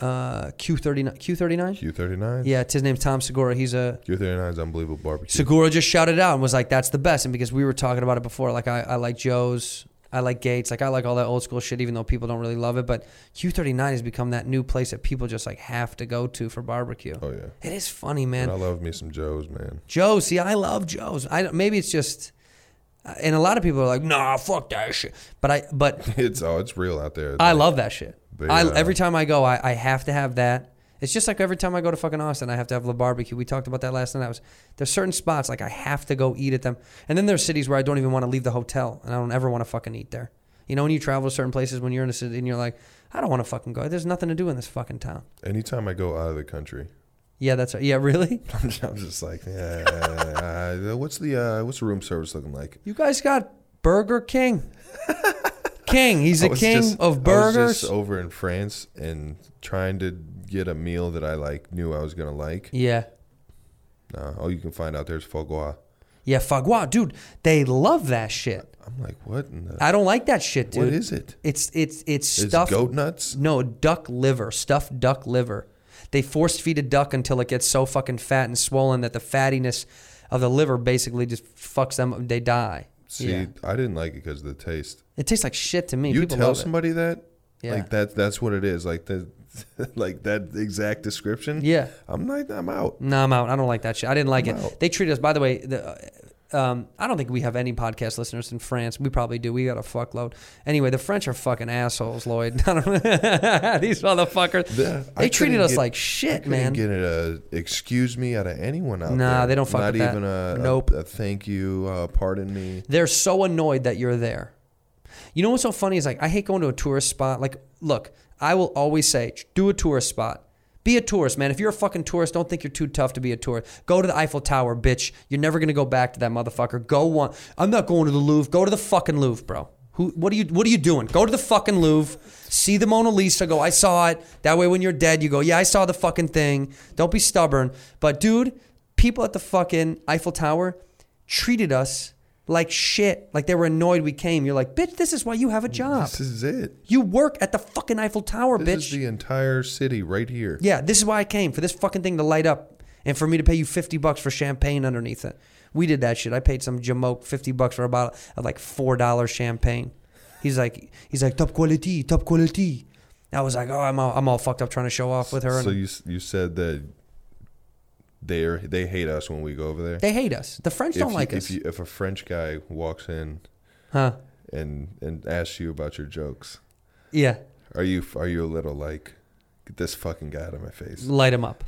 Speaker 1: uh, Q39. Q39?
Speaker 9: Q thirty nine.
Speaker 1: Yeah, it's- his name's Tom Segura. He's a
Speaker 9: Q thirty nine is unbelievable barbecue.
Speaker 1: Segura just shouted out and was like, "That's the best." And because we were talking about it before, like I, I like Joe's, I like Gates. Like I like all that old school shit, even though people don't really love it. But Q39 has become that new place that people just like have to go to for barbecue.
Speaker 9: Oh, yeah.
Speaker 1: it is funny, man.
Speaker 9: I love me some Joes, man.
Speaker 1: Joe, see, I love Joe's. I don't- maybe it's just, uh, and a lot of people are like, nah, fuck that shit. But I, but
Speaker 9: It's oh, it's real out there.
Speaker 1: I love that shit.
Speaker 9: They,
Speaker 1: I,
Speaker 9: uh,
Speaker 1: every time I go, I, I have to have that. It's just like every time I go to fucking Austin, I have to have the barbecue. We talked about that last night. I was there's certain spots like I have to go eat at them, and then there's cities where I don't even want to leave the hotel, and I don't ever want to fucking eat there. You know, when you travel to certain places, when you're in a city, and you're like, I don't want to fucking go. There's nothing to do in this fucking town.
Speaker 9: Anytime I go out of the country,
Speaker 1: Yeah, that's yeah, really.
Speaker 9: I'm just like, yeah. uh, what's the uh, what's the room service looking like?
Speaker 1: You guys got Burger King. King, he's
Speaker 9: I
Speaker 1: the
Speaker 9: was
Speaker 1: king of
Speaker 9: just- I was
Speaker 1: burgers.
Speaker 9: just over in France and trying to get a meal that I like knew I was gonna like.
Speaker 1: yeah,
Speaker 9: Nah, all you can find out there's foie gras.
Speaker 1: yeah, fuck, wow, dude, they love that shit.
Speaker 9: I'm like, what in the?
Speaker 1: I don't like that shit, dude.
Speaker 9: what is it?
Speaker 1: It's it's it's
Speaker 9: Is
Speaker 1: stuffed
Speaker 9: goat nuts?
Speaker 1: No, duck liver, stuffed duck liver. They force feed a duck until it gets so fucking fat and swollen that the fattiness of the liver basically just fucks them. up. They die.
Speaker 9: See,
Speaker 1: Yeah.
Speaker 9: I didn't like it because of the taste.
Speaker 1: It tastes like shit to me.
Speaker 9: You
Speaker 1: People
Speaker 9: tell
Speaker 1: love it.
Speaker 9: somebody that,
Speaker 1: Yeah.
Speaker 9: like that, that's what it is. Like the, like that exact description.
Speaker 1: Yeah.
Speaker 9: I'm like, I'm out.
Speaker 1: No, I'm out. I don't like that shit. I didn't like it.
Speaker 9: out.
Speaker 1: They treat us. By the way, the, um, I don't think we have any podcast listeners in France. We probably do. We got a fuckload. Anyway, the French are fucking assholes, Lloyd. I don't- These motherfuckers.
Speaker 9: The- I
Speaker 1: they treated
Speaker 9: couldn't
Speaker 1: us
Speaker 9: get-
Speaker 1: like
Speaker 9: I
Speaker 1: shit,
Speaker 9: couldn't
Speaker 1: man.
Speaker 9: Get a excuse me out of anyone out there.
Speaker 1: Nah, they don't fuck
Speaker 9: Not
Speaker 1: with that.
Speaker 9: even a a-
Speaker 1: Nope.
Speaker 9: A, thank you, uh, pardon me.
Speaker 1: They're so annoyed that you're there. You know what's so funny is like I hate going to a tourist spot. Like, look, I will always say, do a tourist spot. Be a tourist, man. If you're a fucking tourist, don't think you're too tough to be a tourist. Go to the Eiffel Tower, bitch. You're never gonna go back to that motherfucker. Go one. I'm not going to the Louvre. Go to the fucking Louvre, bro. Who? What are you? What are you doing? Go to the fucking Louvre. See the Mona Lisa. Go. I saw it. That way, when you're dead, you go. Yeah, I saw the fucking thing. Don't be stubborn. But dude, people at the fucking Eiffel Tower treated us like shit. Like they were annoyed we came. You're like, bitch, this is why you have a job.
Speaker 9: This is it.
Speaker 1: You work at the fucking Eiffel Tower,
Speaker 9: This
Speaker 1: bitch.
Speaker 9: is the entire city right here.
Speaker 1: yeah, this is why I came for this fucking thing to light up and for me to pay you 50 bucks for champagne underneath it. We did that shit. I paid some Jamoke 50 bucks for a bottle of like $4 champagne. He's like, he's like, top quality, top quality. I was like, oh, I'm all, I'm all fucked up trying to show off with her. And
Speaker 9: So you s- you said that they are they hate us when we go over there.
Speaker 1: they hate us. The French
Speaker 9: if
Speaker 1: don't
Speaker 9: you-
Speaker 1: like
Speaker 9: if
Speaker 1: us.
Speaker 9: you- if a French guy walks in,
Speaker 1: huh?
Speaker 9: and and asks you about your jokes,
Speaker 1: Yeah.
Speaker 9: are you are you a little like get this fucking guy out of my face?
Speaker 1: Light him up.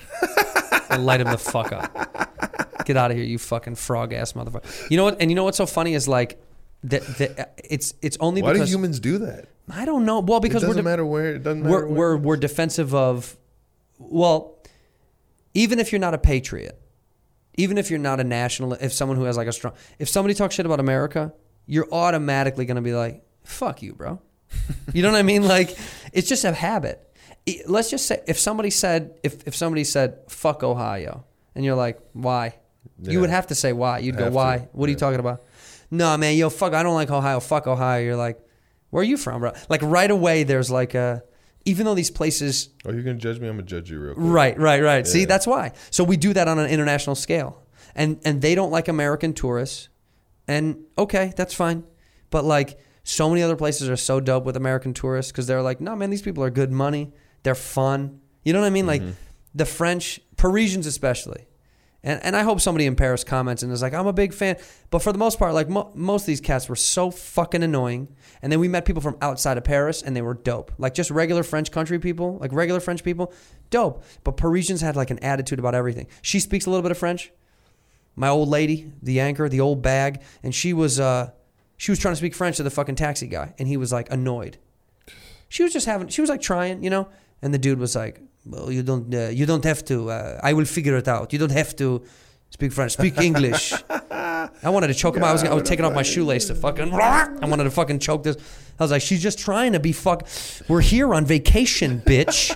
Speaker 1: Light him the fuck up. Get out of here, you fucking frog ass motherfucker. You know what? And you know what's so funny is like, that the, it's it's only
Speaker 9: Why do
Speaker 1: because
Speaker 9: humans do that?
Speaker 1: I don't know. Well,
Speaker 9: It
Speaker 1: because
Speaker 9: doesn't
Speaker 1: we're de-
Speaker 9: matter where. It doesn't
Speaker 1: we're,
Speaker 9: matter.
Speaker 1: we're
Speaker 9: where.
Speaker 1: we're defensive of, well, even if you're not a patriot, even if you're not a national, if someone who has like a strong, if somebody talks shit about America, you're automatically gonna be like, fuck you, bro. You know what I mean? Like, it's just a habit. I- Let's just say if somebody said if, if somebody said fuck Ohio, and you're like, why? You would
Speaker 9: Yeah.
Speaker 1: have to say why. You'd go,
Speaker 9: Have to,
Speaker 1: why? What are you
Speaker 9: yeah.
Speaker 1: talking about? No, man, yo, fuck. I don't like Ohio. Fuck Ohio. You're like, where are you from, bro? Like right away, there's like a. Even though these places
Speaker 9: Are you Oh, gonna judge me? I'm gonna judge you real quick.
Speaker 1: Right, right, right. See,
Speaker 9: Yeah.
Speaker 1: that's why. So we do that on an international scale, and and they don't like American tourists, and okay, that's fine. But like so many other places are so dope with American tourists because they're like, no man, these people are good money. They're fun. You know what I mean? Like the French, Parisians especially. And, and I hope somebody in Paris comments and is like, I'm a big fan. But for the most part, like mo- most of these cats were so fucking annoying. And then we met people from outside of Paris and they were dope. Like just regular French country people, like regular French people, dope. But Parisians had like an attitude about everything. She speaks a little bit of French. My old lady, the anchor, the old bag, and she was uh she was trying to speak French to the fucking taxi guy and he was like annoyed. She was just having she was like trying, you know, and the dude was like, "Well, you don't uh, you don't have to. Uh, I will figure it out. You don't have to speak French. Speak English." I wanted to choke him. out. I was, I was taking off my shoelace to fucking. I wanted to fucking choke this. I was like, she's just trying to be fuck. We're here on vacation, bitch.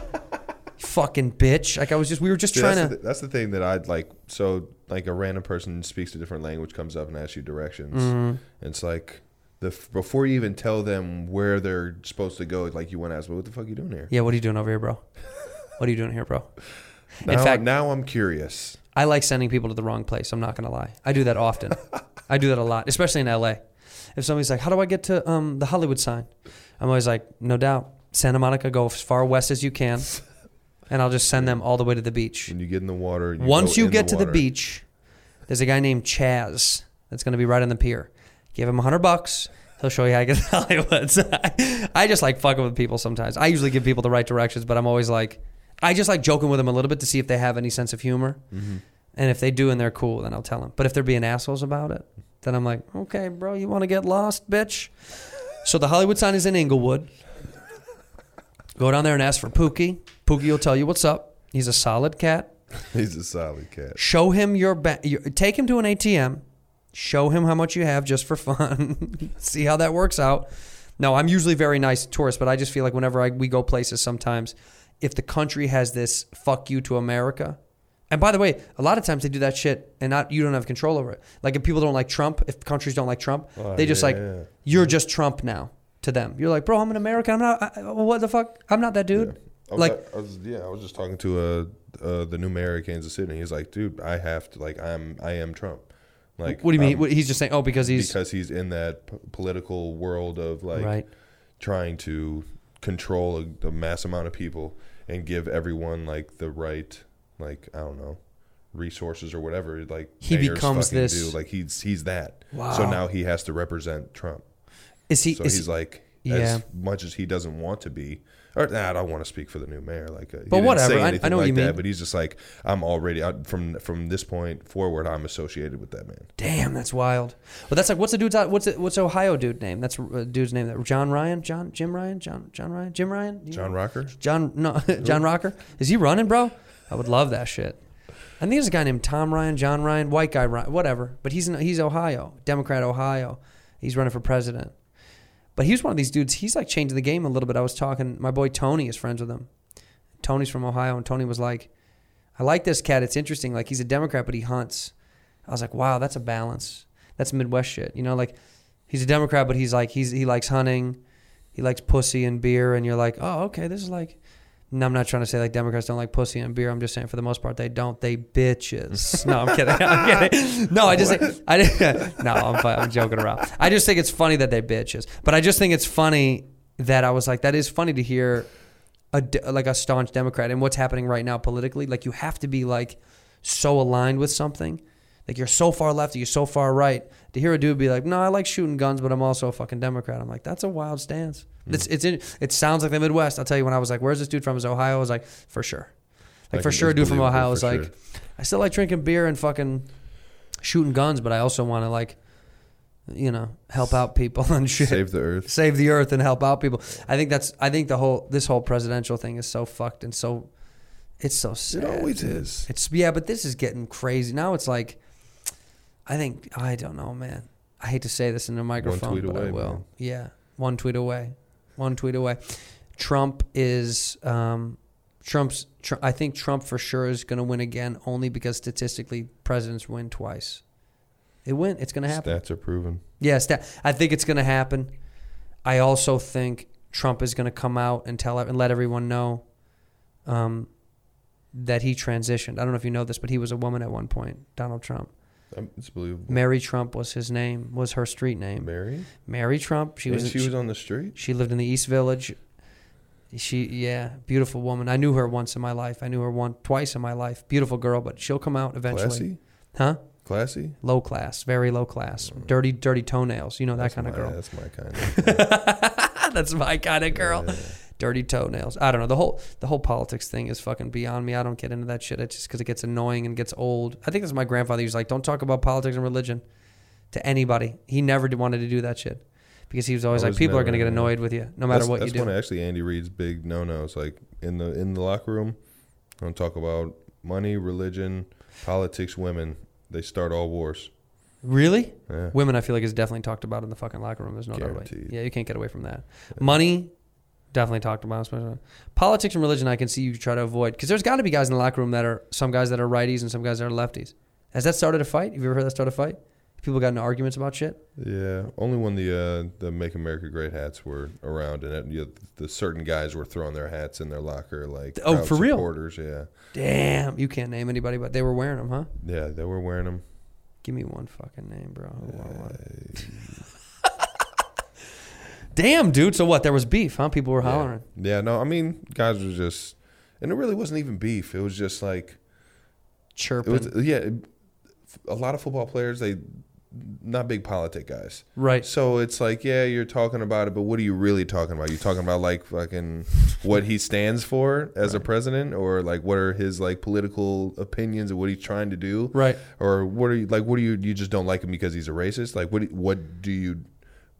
Speaker 1: fucking bitch. Like I was just. We were just
Speaker 9: Dude,
Speaker 1: trying
Speaker 9: that's,
Speaker 1: to.
Speaker 9: the, that's the thing that I'd like. So, like a random person speaks a different language, comes up and asks you directions.
Speaker 1: Mm-hmm.
Speaker 9: And it's like the f- before you even tell them where they're supposed to go, it's like you want to ask, well, "What the fuck are you doing here?"
Speaker 1: yeah. What are you doing over here, bro? What are you doing here, bro?
Speaker 9: Now,
Speaker 1: fact-
Speaker 9: now I'm curious.
Speaker 1: I like sending people to the wrong place. I'm not gonna lie. I do that often. I do that a lot, especially in LA. If somebody's like, "How do I get to um, the Hollywood sign?" I'm always like, "No doubt, Santa Monica. Go as far west as you can, and I'll just send them all the way to the beach."
Speaker 9: And you get in the water. You
Speaker 1: Once
Speaker 9: go
Speaker 1: you
Speaker 9: in
Speaker 1: get to the
Speaker 9: water.
Speaker 1: beach, there's a guy named Chaz that's going to be right on the pier. Give him a hundred bucks. He'll show you how to get to Hollywood. So I- I just like fucking with people sometimes. I usually give people the right directions, but I'm always like, I just like joking with them a little bit to see if they have any sense of humor.
Speaker 9: Mm-hmm.
Speaker 1: And if they do and they're cool, then I'll tell them. But if they're being assholes about it, then I'm like, okay, bro, you want to get lost, bitch? So the Hollywood sign is in Inglewood. Go down there and ask for Pookie. Pookie will tell you what's up. He's a solid cat
Speaker 9: He's a solid cat.
Speaker 1: show him your, ba- your take him to an ATM, show him how much you have just for fun, see how that works out. No, I'm usually very nice to tourists, but I just feel like whenever I, we go places, sometimes if the country has this "fuck you" to America, and by the way, a lot of times they do that shit, and not you don't have control over it. Like if people don't like Trump, if countries don't like Trump, they just like
Speaker 9: Oh, yeah.
Speaker 1: you're just Trump now to them. You're like, bro, I'm an American. I'm not. I, I- what the fuck? I'm not that dude.
Speaker 9: I was
Speaker 1: Like
Speaker 9: at- I was, yeah, I was just talking to uh, uh, the new mayor of Kansas City. and He's like, dude, I have to like I'm I am Trump. Like,
Speaker 1: what do you mean?
Speaker 9: I'm-
Speaker 1: What- he's just saying, oh, because he's
Speaker 9: Um, because he's in that p- political world of like
Speaker 1: Right.
Speaker 9: trying to control a, a mass amount of people and give everyone like the right like I don't know resources or whatever like
Speaker 1: He
Speaker 9: mayors
Speaker 1: becomes
Speaker 9: fucking
Speaker 1: this-
Speaker 9: do. like he's he's that so now he has to represent Trump
Speaker 1: is he
Speaker 9: so
Speaker 1: is
Speaker 9: he's
Speaker 1: he-
Speaker 9: like
Speaker 1: Yeah.
Speaker 9: as much as he doesn't want to be or nah, I don't want to speak for the new mayor like uh, he
Speaker 1: But
Speaker 9: didn't
Speaker 1: whatever,
Speaker 9: say
Speaker 1: I- I
Speaker 9: anything
Speaker 1: know what
Speaker 9: like
Speaker 1: you
Speaker 9: that,
Speaker 1: mean.
Speaker 9: but he's just like I'm already I, from from this point forward I'm associated with that man
Speaker 1: Damn, that's wild. Well, that's like what's the dude's uh, what's the, what's Ohio dude name? That's a dude's name. That John Ryan, John Jim Ryan, John John Ryan, Jim Ryan, Do you
Speaker 9: John
Speaker 1: know?
Speaker 9: Rocker
Speaker 1: John no John Rocker. Is he running, bro? I would love that shit. I think there's a guy named Tom Ryan, John Ryan, white guy Ryan, whatever. But he's in, he's Ohio, Democrat Ohio. He's running for president. But he's one of these dudes. He's like changing the game a little bit. I was talking. My boy Tony is friends with him. Tony's from Ohio, and Tony was like, "I like this cat. It's interesting. Like he's a Democrat, but he hunts." I was like, "Wow, that's a balance. That's Midwest shit." You know, like he's a Democrat, but he's like he's he likes hunting, he likes pussy and beer, and you're like, "Oh, okay, this is like." No, I'm not trying to say like Democrats don't like pussy and beer. I'm just saying for the most part they don't. They bitches. No, I'm kidding. I'm kidding. No, I just think, I didn't. No, I'm, fi- I'm joking around. I just think it's funny that they bitches. But I just think it's funny that I was like that is funny to hear a de- like a staunch Democrat and what's happening right now politically. Like you have to be like so aligned with something. Like you're so far left, you're so far right. To hear a dude be like, "No, I like shooting guns, but I'm also a fucking Democrat." I'm like, that's a wild stance.
Speaker 9: Hmm.
Speaker 1: It's it's in, it sounds like the Midwest. I'll tell you when I was like, "Where's this dude from?" Is Ohio? I was like, for sure. Like,
Speaker 9: Like,
Speaker 1: for
Speaker 9: it's
Speaker 1: sure, a dude from
Speaker 9: believable
Speaker 1: Ohio
Speaker 9: for
Speaker 1: was like,
Speaker 9: sure.
Speaker 1: I still like drinking beer and fucking shooting guns, but I also want to like, you know, help out people and shit
Speaker 9: Save the Earth
Speaker 1: save the earth and help out people. I think that's I think the whole this whole presidential thing is so fucked and so it's so sad.
Speaker 9: It always
Speaker 1: dude.
Speaker 9: is.
Speaker 1: It's yeah, but this is getting crazy. Now it's like I think I don't know, man. I hate to say this in the microphone,
Speaker 9: tweet
Speaker 1: but I
Speaker 9: away,
Speaker 1: will.
Speaker 9: man.
Speaker 1: Yeah. One tweet away. One tweet away. Trump is um Trump's tr- I think Trump for sure is going to win again only because statistically presidents win twice. It went. It's going to happen.
Speaker 9: Stats are proven.
Speaker 1: Yes, that, I think it's going to happen. I also think Trump is going to come out and tell and let everyone know um, that he transitioned. I don't know if you know this, but he was a woman at one point. Donald Trump,
Speaker 9: Um, It's believable.
Speaker 1: Mary Trump was his name, was her street name.
Speaker 9: Mary?
Speaker 1: Mary Trump. She
Speaker 9: And
Speaker 1: was
Speaker 9: she was on the street?
Speaker 1: she lived in the East Village. She, yeah, beautiful woman. I knew her once in my life. I knew her one, twice in my life. Beautiful girl, but she'll come out eventually.
Speaker 9: Classy?
Speaker 1: Huh?
Speaker 9: Classy?
Speaker 1: Low class, very low class. Dirty, dirty toenails. You know that kind of
Speaker 9: My-
Speaker 1: girl.
Speaker 9: Mm. That's my kind of
Speaker 1: That's my kind of girl. Dirty toenails. I don't know. The whole the whole politics thing is fucking beyond me. I don't get into that shit. It's just because it gets annoying and gets old. I think that's my grandfather. He was like, don't talk about politics and religion to anybody. He never did- wanted to do that shit because he was always
Speaker 9: I
Speaker 1: like,
Speaker 9: was
Speaker 1: people are
Speaker 9: never-
Speaker 1: going to get annoyed with you no matter
Speaker 9: that's,
Speaker 1: what you
Speaker 9: that's
Speaker 1: do.
Speaker 9: one of actually Andy Reid's big no nos. Like in the in the locker room, don't talk about money, religion, politics, women. They start all wars.
Speaker 1: Really?
Speaker 9: Yeah.
Speaker 1: Women, I feel like, is definitely talked about in the fucking locker room. There's no doubt about it.
Speaker 9: Guaranteed.
Speaker 1: Yeah, you can't get away from that. Money, definitely talked about. especially- Politics and religion, I can see you try to avoid because there's got to be guys in the locker room that are some guys that are righties and some guys that are lefties. Has that started a fight? Have you ever heard that start a fight? People got into arguments about shit.
Speaker 9: Yeah, only when the uh, the Make America Great hats were around, and that, you know, the certain guys were throwing their hats in their locker, like
Speaker 1: Oh,
Speaker 9: proud
Speaker 1: for real?
Speaker 9: supporters. Yeah,
Speaker 1: Damn, you can't name anybody, but they were wearing them, huh?
Speaker 9: yeah, they were wearing them.
Speaker 1: Give me one fucking name, bro. I want one. Damn, dude. So what? There was beef, huh? People were hollering.
Speaker 9: Yeah, no, I mean, guys were just, and it really wasn't even beef. It was just like, it
Speaker 1: Chirping.
Speaker 9: was yeah, it- a lot of football players they not big politic guys,
Speaker 1: Right.
Speaker 9: So it's like, yeah, you're talking about it, but what are you really talking about? You talking about like fucking what he stands for as a president, or like what are his like political opinions and what he's trying to do,
Speaker 1: Right.
Speaker 9: Or what are you like? What do you you just don't like him because he's a racist? Like what what do you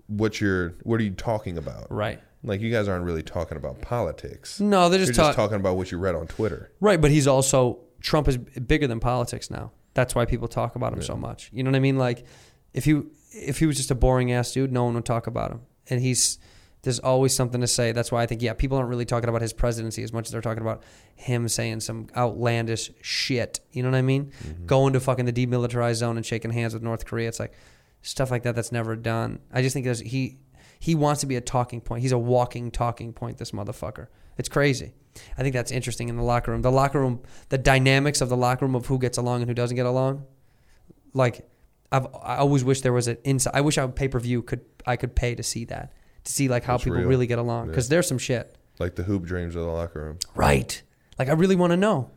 Speaker 9: what's your what are you talking about?
Speaker 1: right.
Speaker 9: Like you guys aren't really talking about politics.
Speaker 1: No, they're
Speaker 9: You're
Speaker 1: just,
Speaker 9: just
Speaker 1: talk-
Speaker 9: talking about what you read on Twitter.
Speaker 1: Right, but he's also Trump is bigger than politics now. That's why people talk about him so much. You know what I mean? Like if you if he was just a boring ass dude, no one would talk about him. And he's there's always something to say. That's why I think yeah, people aren't really talking about his presidency as much as they're talking about him saying some outlandish shit. You know what I mean? Going to fucking the demilitarized zone and shaking hands with North Korea. It's like stuff like that that's never done. I just think there's he he wants to be a talking point. He's a walking talking point, this motherfucker. It's crazy. I think that's interesting in the locker room. The locker room, the dynamics of the locker room of who gets along and who doesn't get along. Like, I've I always wish there was an inside. I wish I pay per view could I could pay to see that to see like how
Speaker 9: That's
Speaker 1: people
Speaker 9: real.
Speaker 1: really get along because there's some shit.
Speaker 9: Like the hoop dreams of the locker room.
Speaker 1: Right. Like I really want to know.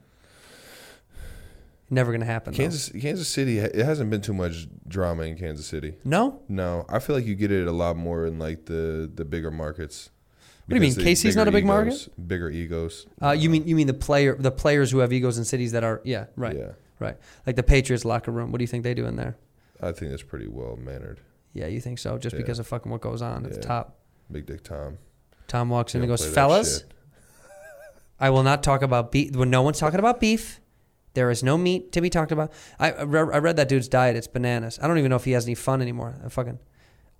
Speaker 1: Never gonna happen. though.
Speaker 9: Kansas Kansas City it hasn't been too much drama in Kansas City.
Speaker 1: No.
Speaker 9: No, I feel like you get it a lot more in like the the bigger markets.
Speaker 1: What do you mean?
Speaker 9: Because the
Speaker 1: KC 's not a
Speaker 9: bigger
Speaker 1: big market?
Speaker 9: egos- Bigger egos.
Speaker 1: Uh, you mean you mean the player the players who have egos in cities that are yeah right
Speaker 9: Yeah.
Speaker 1: right like the Patriots locker room. What do you think they do in there?
Speaker 9: I think that's pretty well mannered.
Speaker 1: Yeah, you think so? Just because of fucking what goes on at the
Speaker 9: Yeah.
Speaker 1: top.
Speaker 9: Big Dick Tom.
Speaker 1: Tom walks in
Speaker 9: Don't
Speaker 1: and goes,
Speaker 9: play that
Speaker 1: "Fellas,
Speaker 9: shit."
Speaker 1: I will not talk about beef. When no one's talking about beef, there is no meat to be talked about." I I re- I read that dude's diet. It's bananas. I don't even know if he has any fun anymore. I fucking,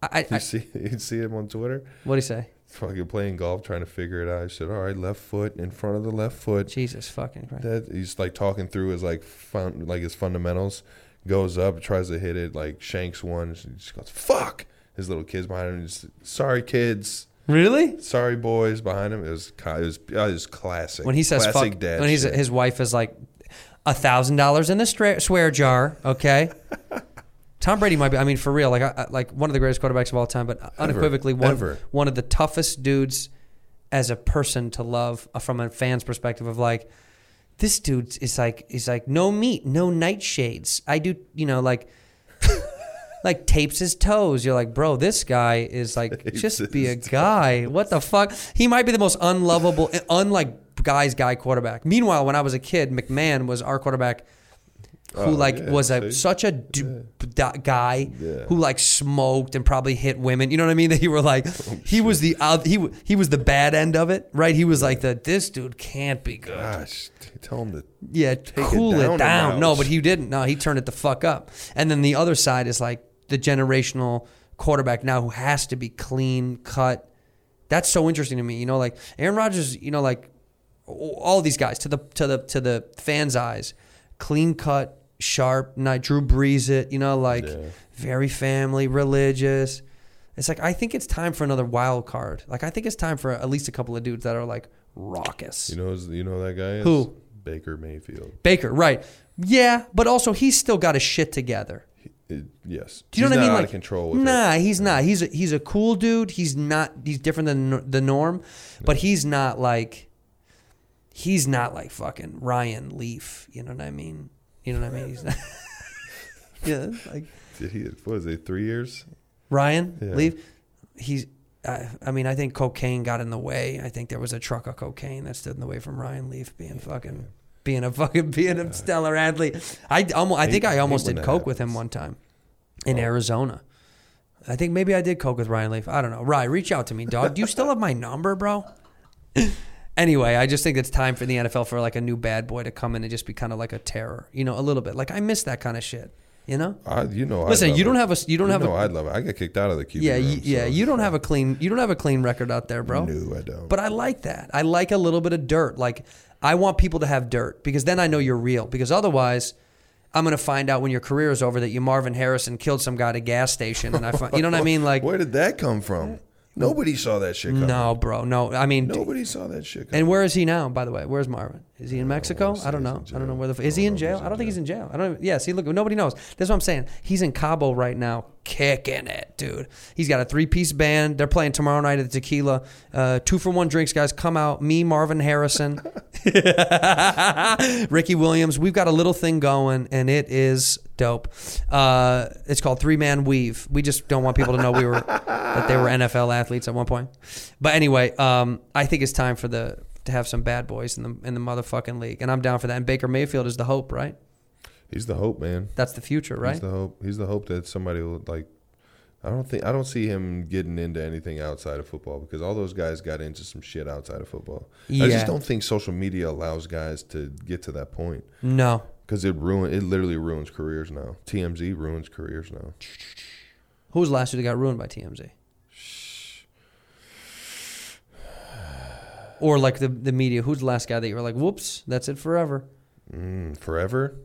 Speaker 1: I, I,
Speaker 9: You
Speaker 1: I
Speaker 9: see, you see him on Twitter.
Speaker 1: what do you say?
Speaker 9: Fucking playing golf, trying to figure it out. He said, "All right, left foot in front of the left foot."
Speaker 1: Jesus fucking Christ.
Speaker 9: That he's like talking through his like fun, like his fundamentals. Goes up, tries to hit it, like shanks one. She just goes, "Fuck!" His little kids behind him. He's, Sorry, kids.
Speaker 1: Really?
Speaker 9: Sorry, boys behind him. It was ki- it was, uh, it was classic.
Speaker 1: When he says
Speaker 9: classic
Speaker 1: "fuck,"
Speaker 9: dad
Speaker 1: when he's,
Speaker 9: shit.
Speaker 1: his wife is like, a thousand dollars in the stra- swear jar. Okay. Tom Brady might be. I mean, for real, like I, I- like one of the greatest quarterbacks of all time, but unequivocally one
Speaker 9: Ever.
Speaker 1: one of the toughest dudes as a person to love uh, from a fan's perspective of like this dude is like is like no meat, no nightshades. I do, you know, like like tapes his toes. You're like, bro, this guy is like
Speaker 9: Tapes
Speaker 1: just be
Speaker 9: his
Speaker 1: a guy. What the fuck? He might be the most unlovable, unlike guys guy quarterback. Meanwhile, when I was a kid, McMahon was our quarterback who
Speaker 9: Oh,
Speaker 1: like
Speaker 9: yeah,
Speaker 1: was a
Speaker 9: see?
Speaker 1: such a du- da- guy
Speaker 9: Yeah.
Speaker 1: who like smoked and probably hit women. You know what I mean? That you were like
Speaker 9: Oh,
Speaker 1: he was the out he w- he was the bad end of it, right? He was like the this dude can't be good.
Speaker 9: Gosh, t- Ah, tell him to.
Speaker 1: yeah,
Speaker 9: it
Speaker 1: cool it down.
Speaker 9: down a
Speaker 1: No,
Speaker 9: notch.
Speaker 1: but he didn't. No, he turned it the fuck up. And then the other side is like the generational quarterback now who has to be clean cut. That's so interesting to me. You know, like Aaron Rodgers. You know, like all these guys to the to the to the fans' eyes, clean cut, sharp. Not Drew Brees. It. You know, like very family religious. It's like I think it's time for another wild card. Like I think it's time for at least a couple of dudes that are like raucous.
Speaker 9: You know, who's- you know who that guy is
Speaker 1: Who?
Speaker 9: Baker Mayfield.
Speaker 1: Baker, right? Yeah, but also he's still got his shit together.
Speaker 9: It- yes.
Speaker 1: Do you know
Speaker 9: He's
Speaker 1: what I mean?
Speaker 9: not
Speaker 1: like
Speaker 9: out of control. With
Speaker 1: nah,
Speaker 9: it.
Speaker 1: he's not. He's a, he's a cool dude. He's not. He's different than nor- the norm, but he's not like. He's not like fucking Ryan Leaf. You know what I mean? You know what I mean? He's not. yeah, like
Speaker 9: Did he? What was it? Three years?
Speaker 1: Ryan
Speaker 9: Yeah.
Speaker 1: Leaf. He's. I, I mean, I think cocaine got in the way. I think there was a truck of cocaine that stood in the way from Ryan Leaf being fucking, being a fucking, being a stellar athlete. I almost, I think I
Speaker 9: hate
Speaker 1: almost
Speaker 9: when
Speaker 1: did
Speaker 9: that
Speaker 1: coke with him
Speaker 9: happens.
Speaker 1: one time, in Arizona. I think maybe I did coke with Ryan Leaf. I don't know. Ryan, reach out to me, dog. Do you still have my number, bro? anyway, I just think it's time for the NFL for like a new bad boy to come in and just be kind of like a terror, you know, a little bit. Like I miss that kind of shit, you know.
Speaker 9: I, you know.
Speaker 1: Listen,
Speaker 9: I'd love
Speaker 1: you don't
Speaker 9: it.
Speaker 1: have a- you don't have a-
Speaker 9: know I'd love it. I got kicked out of the QB.
Speaker 1: Yeah,
Speaker 9: room,
Speaker 1: y yeah.
Speaker 9: so-
Speaker 1: You don't have a clean. You don't have a clean record out there, bro.
Speaker 9: No, I don't.
Speaker 1: But I like that. I like a little bit of dirt. Like I want people to have dirt because then I know you're real. Because otherwise, I'm gonna find out when your career is over that you Marvin Harrison killed some guy at a gas station, and I find you know what I mean. Like
Speaker 9: Where did that come from? Nobody saw that shit. Coming.
Speaker 1: no, bro, no. I mean, d-
Speaker 9: Nobody saw that shit. Coming.
Speaker 1: and where is he now? By the way, where's Marvin? Is he in Mexico?
Speaker 9: wanna say
Speaker 1: I don't
Speaker 9: he's
Speaker 1: know.
Speaker 9: in
Speaker 1: I don't know
Speaker 9: jail.
Speaker 1: where the f-
Speaker 9: I
Speaker 1: is he
Speaker 9: don't know
Speaker 1: in
Speaker 9: if
Speaker 1: jail?
Speaker 9: he's
Speaker 1: I
Speaker 9: in
Speaker 1: don't think
Speaker 9: jail.
Speaker 1: he's in jail. I don't. Even, yeah. See, look, nobody knows. That's what I'm saying. He's in Cabo right now, kicking it, dude. He's got a three piece band. They're playing tomorrow night at the Tequila. Uh, two for one drinks, guys. Come out. Me, Marvin Harrison, Ricky Williams. We've got a little thing going, and it is dope. Uh, it's called Three Man Weave. We just don't want people to know we were that they were NFL athletes at one point. But anyway, um, I think it's time for the to have some bad boys in the in the motherfucking league, and I'm down for that. And Baker Mayfield is the hope, right?
Speaker 9: He's the hope, man.
Speaker 1: That's the future, right?
Speaker 9: He's the hope. He's the hope that somebody will like. I don't think I don't see him getting into anything outside of football because all those guys got into some shit outside of football. I
Speaker 1: Yeah.
Speaker 9: just don't think social media allows guys to get to that point
Speaker 1: no,
Speaker 9: because it ruin it literally ruins careers now. TMZ ruins careers now.
Speaker 1: who was last year that got ruined by TMZ? Or like the the media, who's the last guy that you were like, whoops, that's it forever?
Speaker 9: Mm, forever,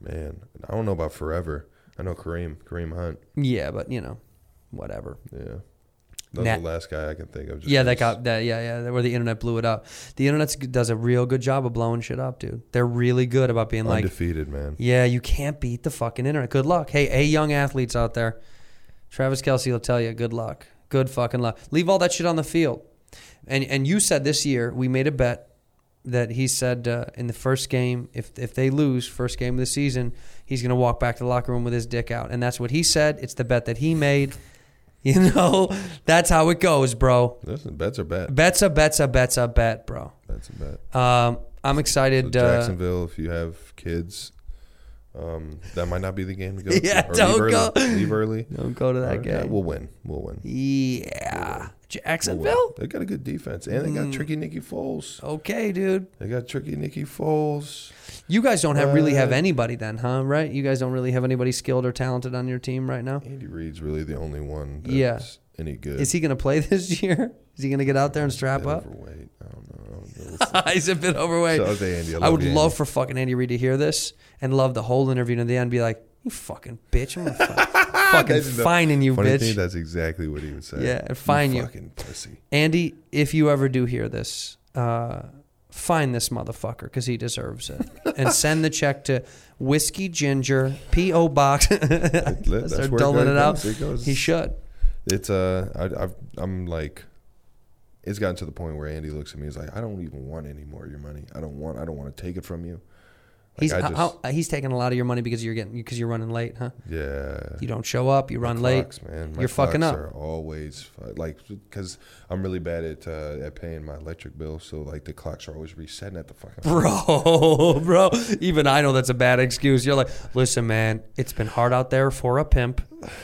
Speaker 9: man. I don't know about forever. I know Kareem, Kareem Hunt.
Speaker 1: Yeah, but you know, whatever.
Speaker 9: Yeah, that's
Speaker 1: Nah.
Speaker 9: the last guy I can think of. Just
Speaker 1: Yeah, that
Speaker 9: 'cause-
Speaker 1: got that. Yeah, yeah, that- where the internet blew it up. The internet does a real good job of blowing shit up, dude. They're really good about being like,
Speaker 9: undefeated, man.
Speaker 1: yeah, you can't beat the fucking internet. Good luck. Hey, hey, young athletes out there, Travis Kelsey will tell you, good luck. Good fucking luck. Leave all that shit on the field. And and you said this year we made a bet that he said uh, in the first game if if they lose first game of the season he's gonna walk back to the locker room with his dick out and that's what he said. It's the bet that he made. You know that's how it goes, bro.
Speaker 9: Listen, bets are bad.
Speaker 1: Bet's a bet's a bet's a bet, bro.
Speaker 9: That's a bet.
Speaker 1: Um, I'm excited.
Speaker 9: So
Speaker 1: uh,
Speaker 9: Jacksonville, if you have kids, um, that might not be the game to go.
Speaker 1: Yeah,
Speaker 9: to. Or
Speaker 1: don't
Speaker 9: leave
Speaker 1: go.
Speaker 9: Early. Leave early.
Speaker 1: don't go to that
Speaker 9: Or,
Speaker 1: game.
Speaker 9: yeah, we'll win. We'll win. We'll
Speaker 1: yeah,
Speaker 9: win.
Speaker 1: Jacksonville.
Speaker 9: They got a good defense, and they
Speaker 1: Mm.
Speaker 9: got tricky Nicky Foles.
Speaker 1: Okay, dude.
Speaker 9: They got tricky Nicky Foles.
Speaker 1: You guys don't have really have
Speaker 9: Uh,
Speaker 1: anybody then, huh? Right? You guys don't really have anybody skilled or talented on your team right now.
Speaker 9: Andy Reid's really the only one. That's
Speaker 1: Yeah.
Speaker 9: Any good?
Speaker 1: Is he going to play this year? Is he going to get out there and strap
Speaker 9: Bit
Speaker 1: up?
Speaker 9: overweight? I don't know. I don't know.
Speaker 1: He's a bit overweight.
Speaker 9: Shout out to Andy. I
Speaker 1: I
Speaker 9: love
Speaker 1: would
Speaker 9: you,
Speaker 1: love
Speaker 9: Andy.
Speaker 1: for fucking Andy Reid to hear this and love the whole interview and at the end be like, "You fucking bitch, I'm gonna fuck- fucking
Speaker 9: That's the
Speaker 1: finding you,
Speaker 9: Funny
Speaker 1: bitch."
Speaker 9: thing, that's exactly what he would say.
Speaker 1: Yeah, and fine you.
Speaker 9: Fucking pussy.
Speaker 1: Andy, if you ever do hear this, uh, find this motherfucker because he deserves it, and send the check to Whiskey Ginger P.O. Box.
Speaker 9: That's
Speaker 1: Start
Speaker 9: where it
Speaker 1: doling it
Speaker 9: goes.
Speaker 1: out.
Speaker 9: There it goes.
Speaker 1: He should.
Speaker 9: It's uh, I, I've, I'm like, it's gotten to the point where Andy looks at me. He's like, I don't even want any more of your money. I don't want. I don't want to take it from you. Like,
Speaker 1: He's
Speaker 9: I
Speaker 1: how-
Speaker 9: just-
Speaker 1: how- he's taking a lot of your money because you're getting because you're running late, huh?
Speaker 9: yeah.
Speaker 1: You don't show up. You run
Speaker 9: Clocks,
Speaker 1: late.
Speaker 9: man. My
Speaker 1: you're fucking
Speaker 9: clocks
Speaker 1: up.
Speaker 9: Are always fu- like because I'm really bad at uh, at paying my electric bill. So like the clocks are always resetting at the fucking.
Speaker 1: Bro, bro. Even I know that's a bad excuse. You're like, listen, man, it's been hard out there for a pimp.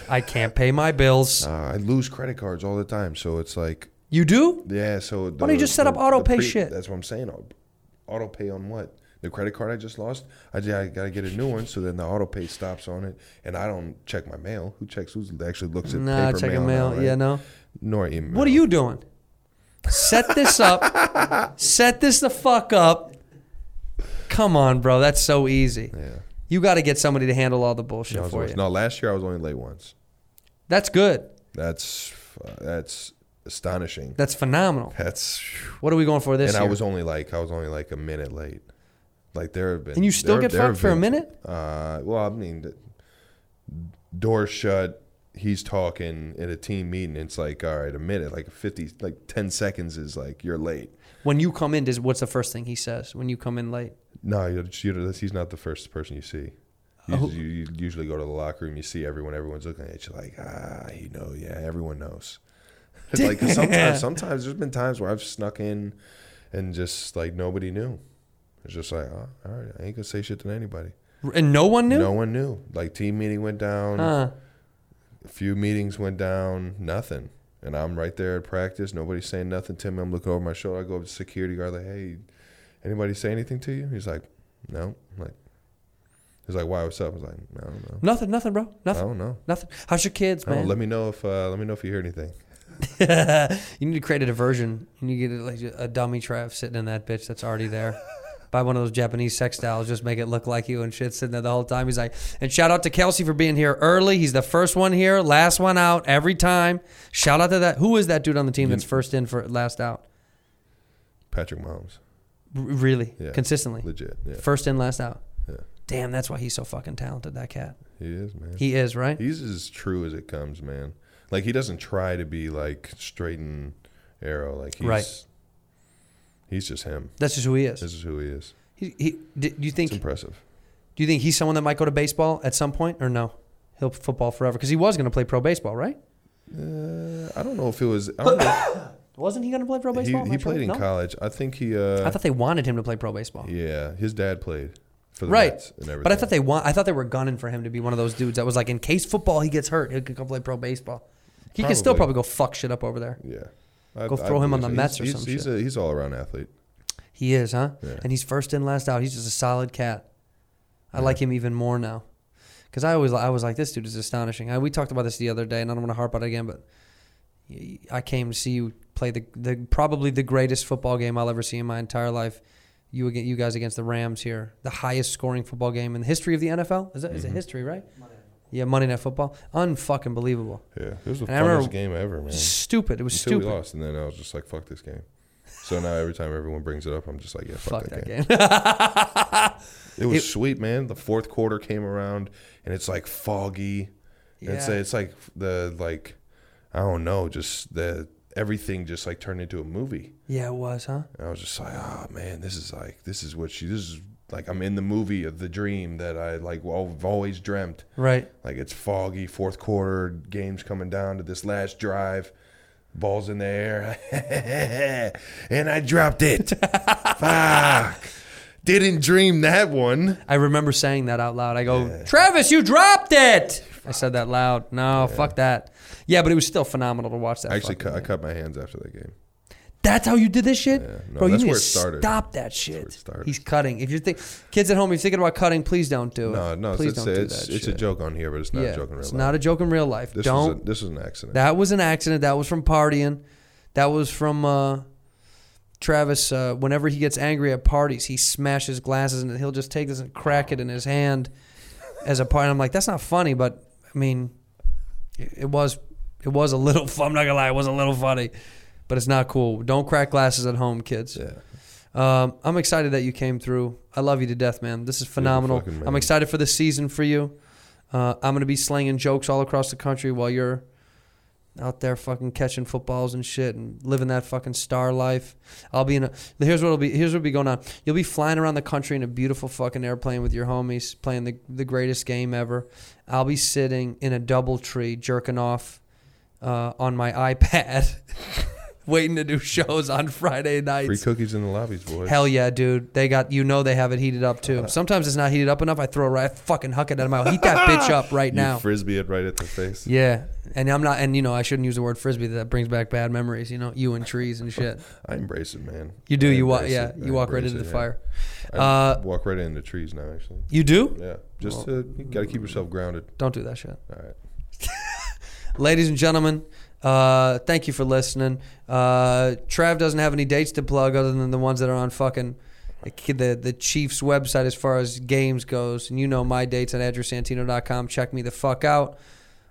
Speaker 1: I can't pay my bills.
Speaker 9: Uh, I lose credit cards all the time. So it's like
Speaker 1: You do?
Speaker 9: yeah. So the,
Speaker 1: don't you just set up auto pay shit?
Speaker 9: That's what I'm saying. Auto pay on what? The credit card I just lost. I, ju- I gotta get a new one. So then the auto pay stops on it, and I don't check my mail. Who checks? Who actually looks at
Speaker 1: Nah,
Speaker 9: paper
Speaker 1: check
Speaker 9: mail?
Speaker 1: your
Speaker 9: now,
Speaker 1: mail.
Speaker 9: right?
Speaker 1: Yeah, no.
Speaker 9: Nor email.
Speaker 1: What are you doing? Set this up. Set this the fuck up. Come on, bro. That's so easy.
Speaker 9: Yeah.
Speaker 1: You got to get somebody to handle all the bullshit
Speaker 9: I was
Speaker 1: for
Speaker 9: always-
Speaker 1: you.
Speaker 9: No, last year I was only late once.
Speaker 1: That's good.
Speaker 9: That's uh, that's astonishing.
Speaker 1: That's phenomenal.
Speaker 9: That's
Speaker 1: What are we going for this
Speaker 9: and I
Speaker 1: year?
Speaker 9: was only like I was only like a minute late. Like there have been,
Speaker 1: And you still
Speaker 9: there-
Speaker 1: get
Speaker 9: there have
Speaker 1: fucked for a
Speaker 9: been-
Speaker 1: minute?
Speaker 9: Uh, well, I mean, the door shut. He's talking at a team meeting. It's like all right, a minute, like fifty, like ten seconds is like you're late.
Speaker 1: when you come in, does what's the first thing he says when you come in late?
Speaker 9: No, you're, you're, he's not the first person you see. You, you, you usually go to the locker room, you see everyone, everyone's looking at you like, ah, you know, yeah, everyone knows. It's like 'cause sometimes, sometimes there's been times where I've snuck in and just like nobody knew. It's just like, oh, all right, I ain't gonna say shit to anybody.
Speaker 1: And no one knew? Uh,
Speaker 9: No one knew. Like team meeting went down,
Speaker 1: Huh.
Speaker 9: a few meetings went down, nothing. And I'm right there at practice. Nobody's saying nothing to me. I'm looking over my shoulder. I go up to the security guard like, "Hey, anybody say anything to you?" He's like, "No." I'm like, he's like, "Why? What's up?" I was like, "I don't know.
Speaker 1: Nothing, nothing, bro.
Speaker 9: I
Speaker 1: Nothing.
Speaker 9: don't know.
Speaker 1: Nothing. How's your kids,
Speaker 9: I don't-
Speaker 1: man?
Speaker 9: let me know if uh, let me know if you hear anything."
Speaker 1: you need to create a diversion. You need to get like a dummy Trav sitting in that bitch that's already there. Buy one of those Japanese sex dolls, just make it look like you and shit sitting there the whole time. He's like, and shout out to Kelsey for being here early. He's the first one here, last one out every time. Shout out to that. Who is that dude on the team that's first in for last out?
Speaker 9: Patrick Mahomes,
Speaker 1: R- really,
Speaker 9: Yeah.
Speaker 1: consistently,
Speaker 9: legit. Yeah,
Speaker 1: first in, last out.
Speaker 9: Yeah.
Speaker 1: Damn, that's why he's so fucking talented. That cat.
Speaker 9: He is, man.
Speaker 1: He is, right?
Speaker 9: He's as true as it comes, man. Like he doesn't try to be like straight and arrow. Like he's
Speaker 1: Right.
Speaker 9: he's just him.
Speaker 1: That's just who he
Speaker 9: This
Speaker 1: is.
Speaker 9: is who he is.
Speaker 1: He, he, do you think
Speaker 9: It's impressive.
Speaker 1: Do you think he's someone that might go to baseball at some point or no? He'll football forever because he was going to play pro baseball, right?
Speaker 9: I don't know if it was. I don't know.
Speaker 1: Wasn't he going to play pro
Speaker 9: he
Speaker 1: baseball? Am
Speaker 9: he
Speaker 1: I sure?
Speaker 9: played in
Speaker 1: No?
Speaker 9: college. I think he. Uh,
Speaker 1: I thought they wanted him to play pro baseball.
Speaker 9: yeah, his dad played for the
Speaker 1: right.
Speaker 9: Mets and everything.
Speaker 1: But I thought they want I thought they were gunning for him to be one of those dudes that was like in case football he gets hurt, he could go play pro baseball. He can still probably
Speaker 9: Probably.
Speaker 1: go fuck shit up over there.
Speaker 9: Yeah. I-
Speaker 1: Go
Speaker 9: I
Speaker 1: throw him on
Speaker 9: believe
Speaker 1: the
Speaker 9: so.
Speaker 1: Mets or
Speaker 9: he's,
Speaker 1: some
Speaker 9: he's,
Speaker 1: shit.
Speaker 9: He's, a, he's all around athlete.
Speaker 1: He is, huh? And he's first in, last out. He's just a solid cat. I like him even more now, because I always I was like, this dude is astonishing. I, we talked about this the other day, and I don't want to harp on it again, but y- I came to see you play the, the probably the greatest football game I'll ever see in my entire life. You again, you guys against the Rams here, the highest scoring football game in the history of the NFL. Is that is it history, right? Yeah, Monday Night Football, unfucking believable.
Speaker 9: Yeah. It was the
Speaker 1: And I remember-
Speaker 9: funnest game ever, man.
Speaker 1: Stupid. It was
Speaker 9: Until we
Speaker 1: stupid.
Speaker 9: lost, and then I was just like, "Fuck this game." So now every time everyone brings it up, I'm just like, "Yeah, fuck,
Speaker 1: Fuck
Speaker 9: that,
Speaker 1: that game.
Speaker 9: game. It was sweet, man. The fourth quarter came around, and it's like foggy. And it's,
Speaker 1: Yeah.
Speaker 9: it's like the like, I don't know, just the everything just like turned into a movie.
Speaker 1: yeah, it was, huh?
Speaker 9: And I was just like, "Oh man, this is like this is what she this is like I'm in the movie of the dream that I like well, I've always dreamt.
Speaker 1: Right.
Speaker 9: Like it's foggy, fourth quarter, game's coming down to this last drive. Ball's in the air. and I dropped it. Fuck. Didn't dream that one.
Speaker 1: I remember saying that out loud. I go, Travis, you dropped it. I said that loud. No, fuck that. Yeah, but it was still phenomenal to watch that.
Speaker 9: I actually
Speaker 1: fucking
Speaker 9: cut, I
Speaker 1: game.
Speaker 9: cut my hands after that game.
Speaker 1: That's how you did this shit,
Speaker 9: no,
Speaker 1: bro.
Speaker 9: that's
Speaker 1: you need
Speaker 9: where
Speaker 1: to
Speaker 9: it started.
Speaker 1: stop that shit.
Speaker 9: it started.
Speaker 1: He's cutting. If you're think, kids at home, if you're thinking about cutting, please don't do it.
Speaker 9: No, no,
Speaker 1: Uh, please
Speaker 9: it's,
Speaker 1: don't
Speaker 9: it's,
Speaker 1: do
Speaker 9: it's,
Speaker 1: that.
Speaker 9: it's a
Speaker 1: shit.
Speaker 9: joke on here, but it's not
Speaker 1: yeah,
Speaker 9: a joke in real
Speaker 1: it's
Speaker 9: life.
Speaker 1: not a joke in real life.
Speaker 9: this
Speaker 1: don't.
Speaker 9: Was a, this was an accident.
Speaker 1: That was an accident. That was from partying. That was from uh, Travis. Uh, whenever he gets angry at parties, he smashes glasses and he'll just take this and crack it in his hand as a part. And I'm like, that's not funny, but I mean, it, it was it was a little. fu- I'm not gonna lie, it was a little funny, but it's not cool. Don't crack glasses at home, kids.
Speaker 9: yeah.
Speaker 1: Um, I'm excited that you came through. I love you to death, man. This is phenomenal.
Speaker 9: fucking man.
Speaker 1: I'm excited for this season for you. Uh, I'm gonna be slinging jokes all across the country while you're out there fucking catching footballs and shit and living that fucking star life. I'll be in a. Here's what'll be. Here's what'll be going on. You'll be flying around the country in a beautiful fucking airplane with your homies, playing the the greatest game ever. I'll be sitting in a double tree jerking off uh, on my iPad, waiting to do shows on Friday nights.
Speaker 9: Free cookies in the lobbies, boys.
Speaker 1: Hell yeah, dude. They got you know they have it heated up
Speaker 9: Uh,
Speaker 1: too. Sometimes it's not heated up enough. I throw it right, I fucking huck it out of my mouth. Heat that bitch up right
Speaker 9: you
Speaker 1: now.
Speaker 9: frisbee it right at the face.
Speaker 1: yeah, and I'm not, and you know I shouldn't use the word frisbee. That brings back bad memories. You know, you and trees and shit.
Speaker 9: I embrace it, man.
Speaker 1: You do.
Speaker 9: I
Speaker 1: you walk.
Speaker 9: embrace
Speaker 1: Yeah,
Speaker 9: it. I
Speaker 1: you walk right
Speaker 9: embrace
Speaker 1: into
Speaker 9: it,
Speaker 1: the
Speaker 9: yeah.
Speaker 1: fire.
Speaker 9: I
Speaker 1: Uh,
Speaker 9: walk right into trees now, actually.
Speaker 1: You do?
Speaker 9: Yeah, just uh you gotta keep yourself grounded.
Speaker 1: Don't do that shit.
Speaker 9: All right.
Speaker 1: ladies and gentlemen uh, thank you for listening uh, trav doesn't have any dates to plug other than the ones that are on fucking the, the, the chiefs website as far as games goes and you know my dates at andrewsantino.com check me the fuck out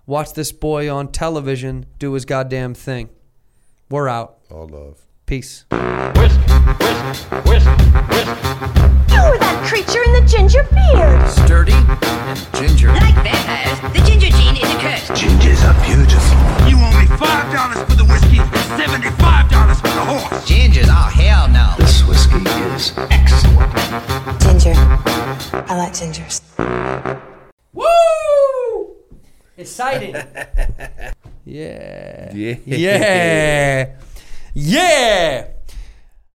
Speaker 1: watch this boy on television do his goddamn thing we're out
Speaker 9: All love.
Speaker 1: peace
Speaker 2: Whisk, whisk, whisk, whisk.
Speaker 3: You were Oh, that creature in the ginger beard.
Speaker 4: Sturdy and ginger.
Speaker 5: Like vampires, the ginger gene is a curse.
Speaker 6: Gingers are beautiful.
Speaker 7: You owe me five dollars for the whiskey and seventy-five dollars for the horse.
Speaker 4: Gingers, oh hell no.
Speaker 6: This whiskey is excellent.
Speaker 8: Ginger. I like gingers.
Speaker 1: woo exciting yeah yeah yeah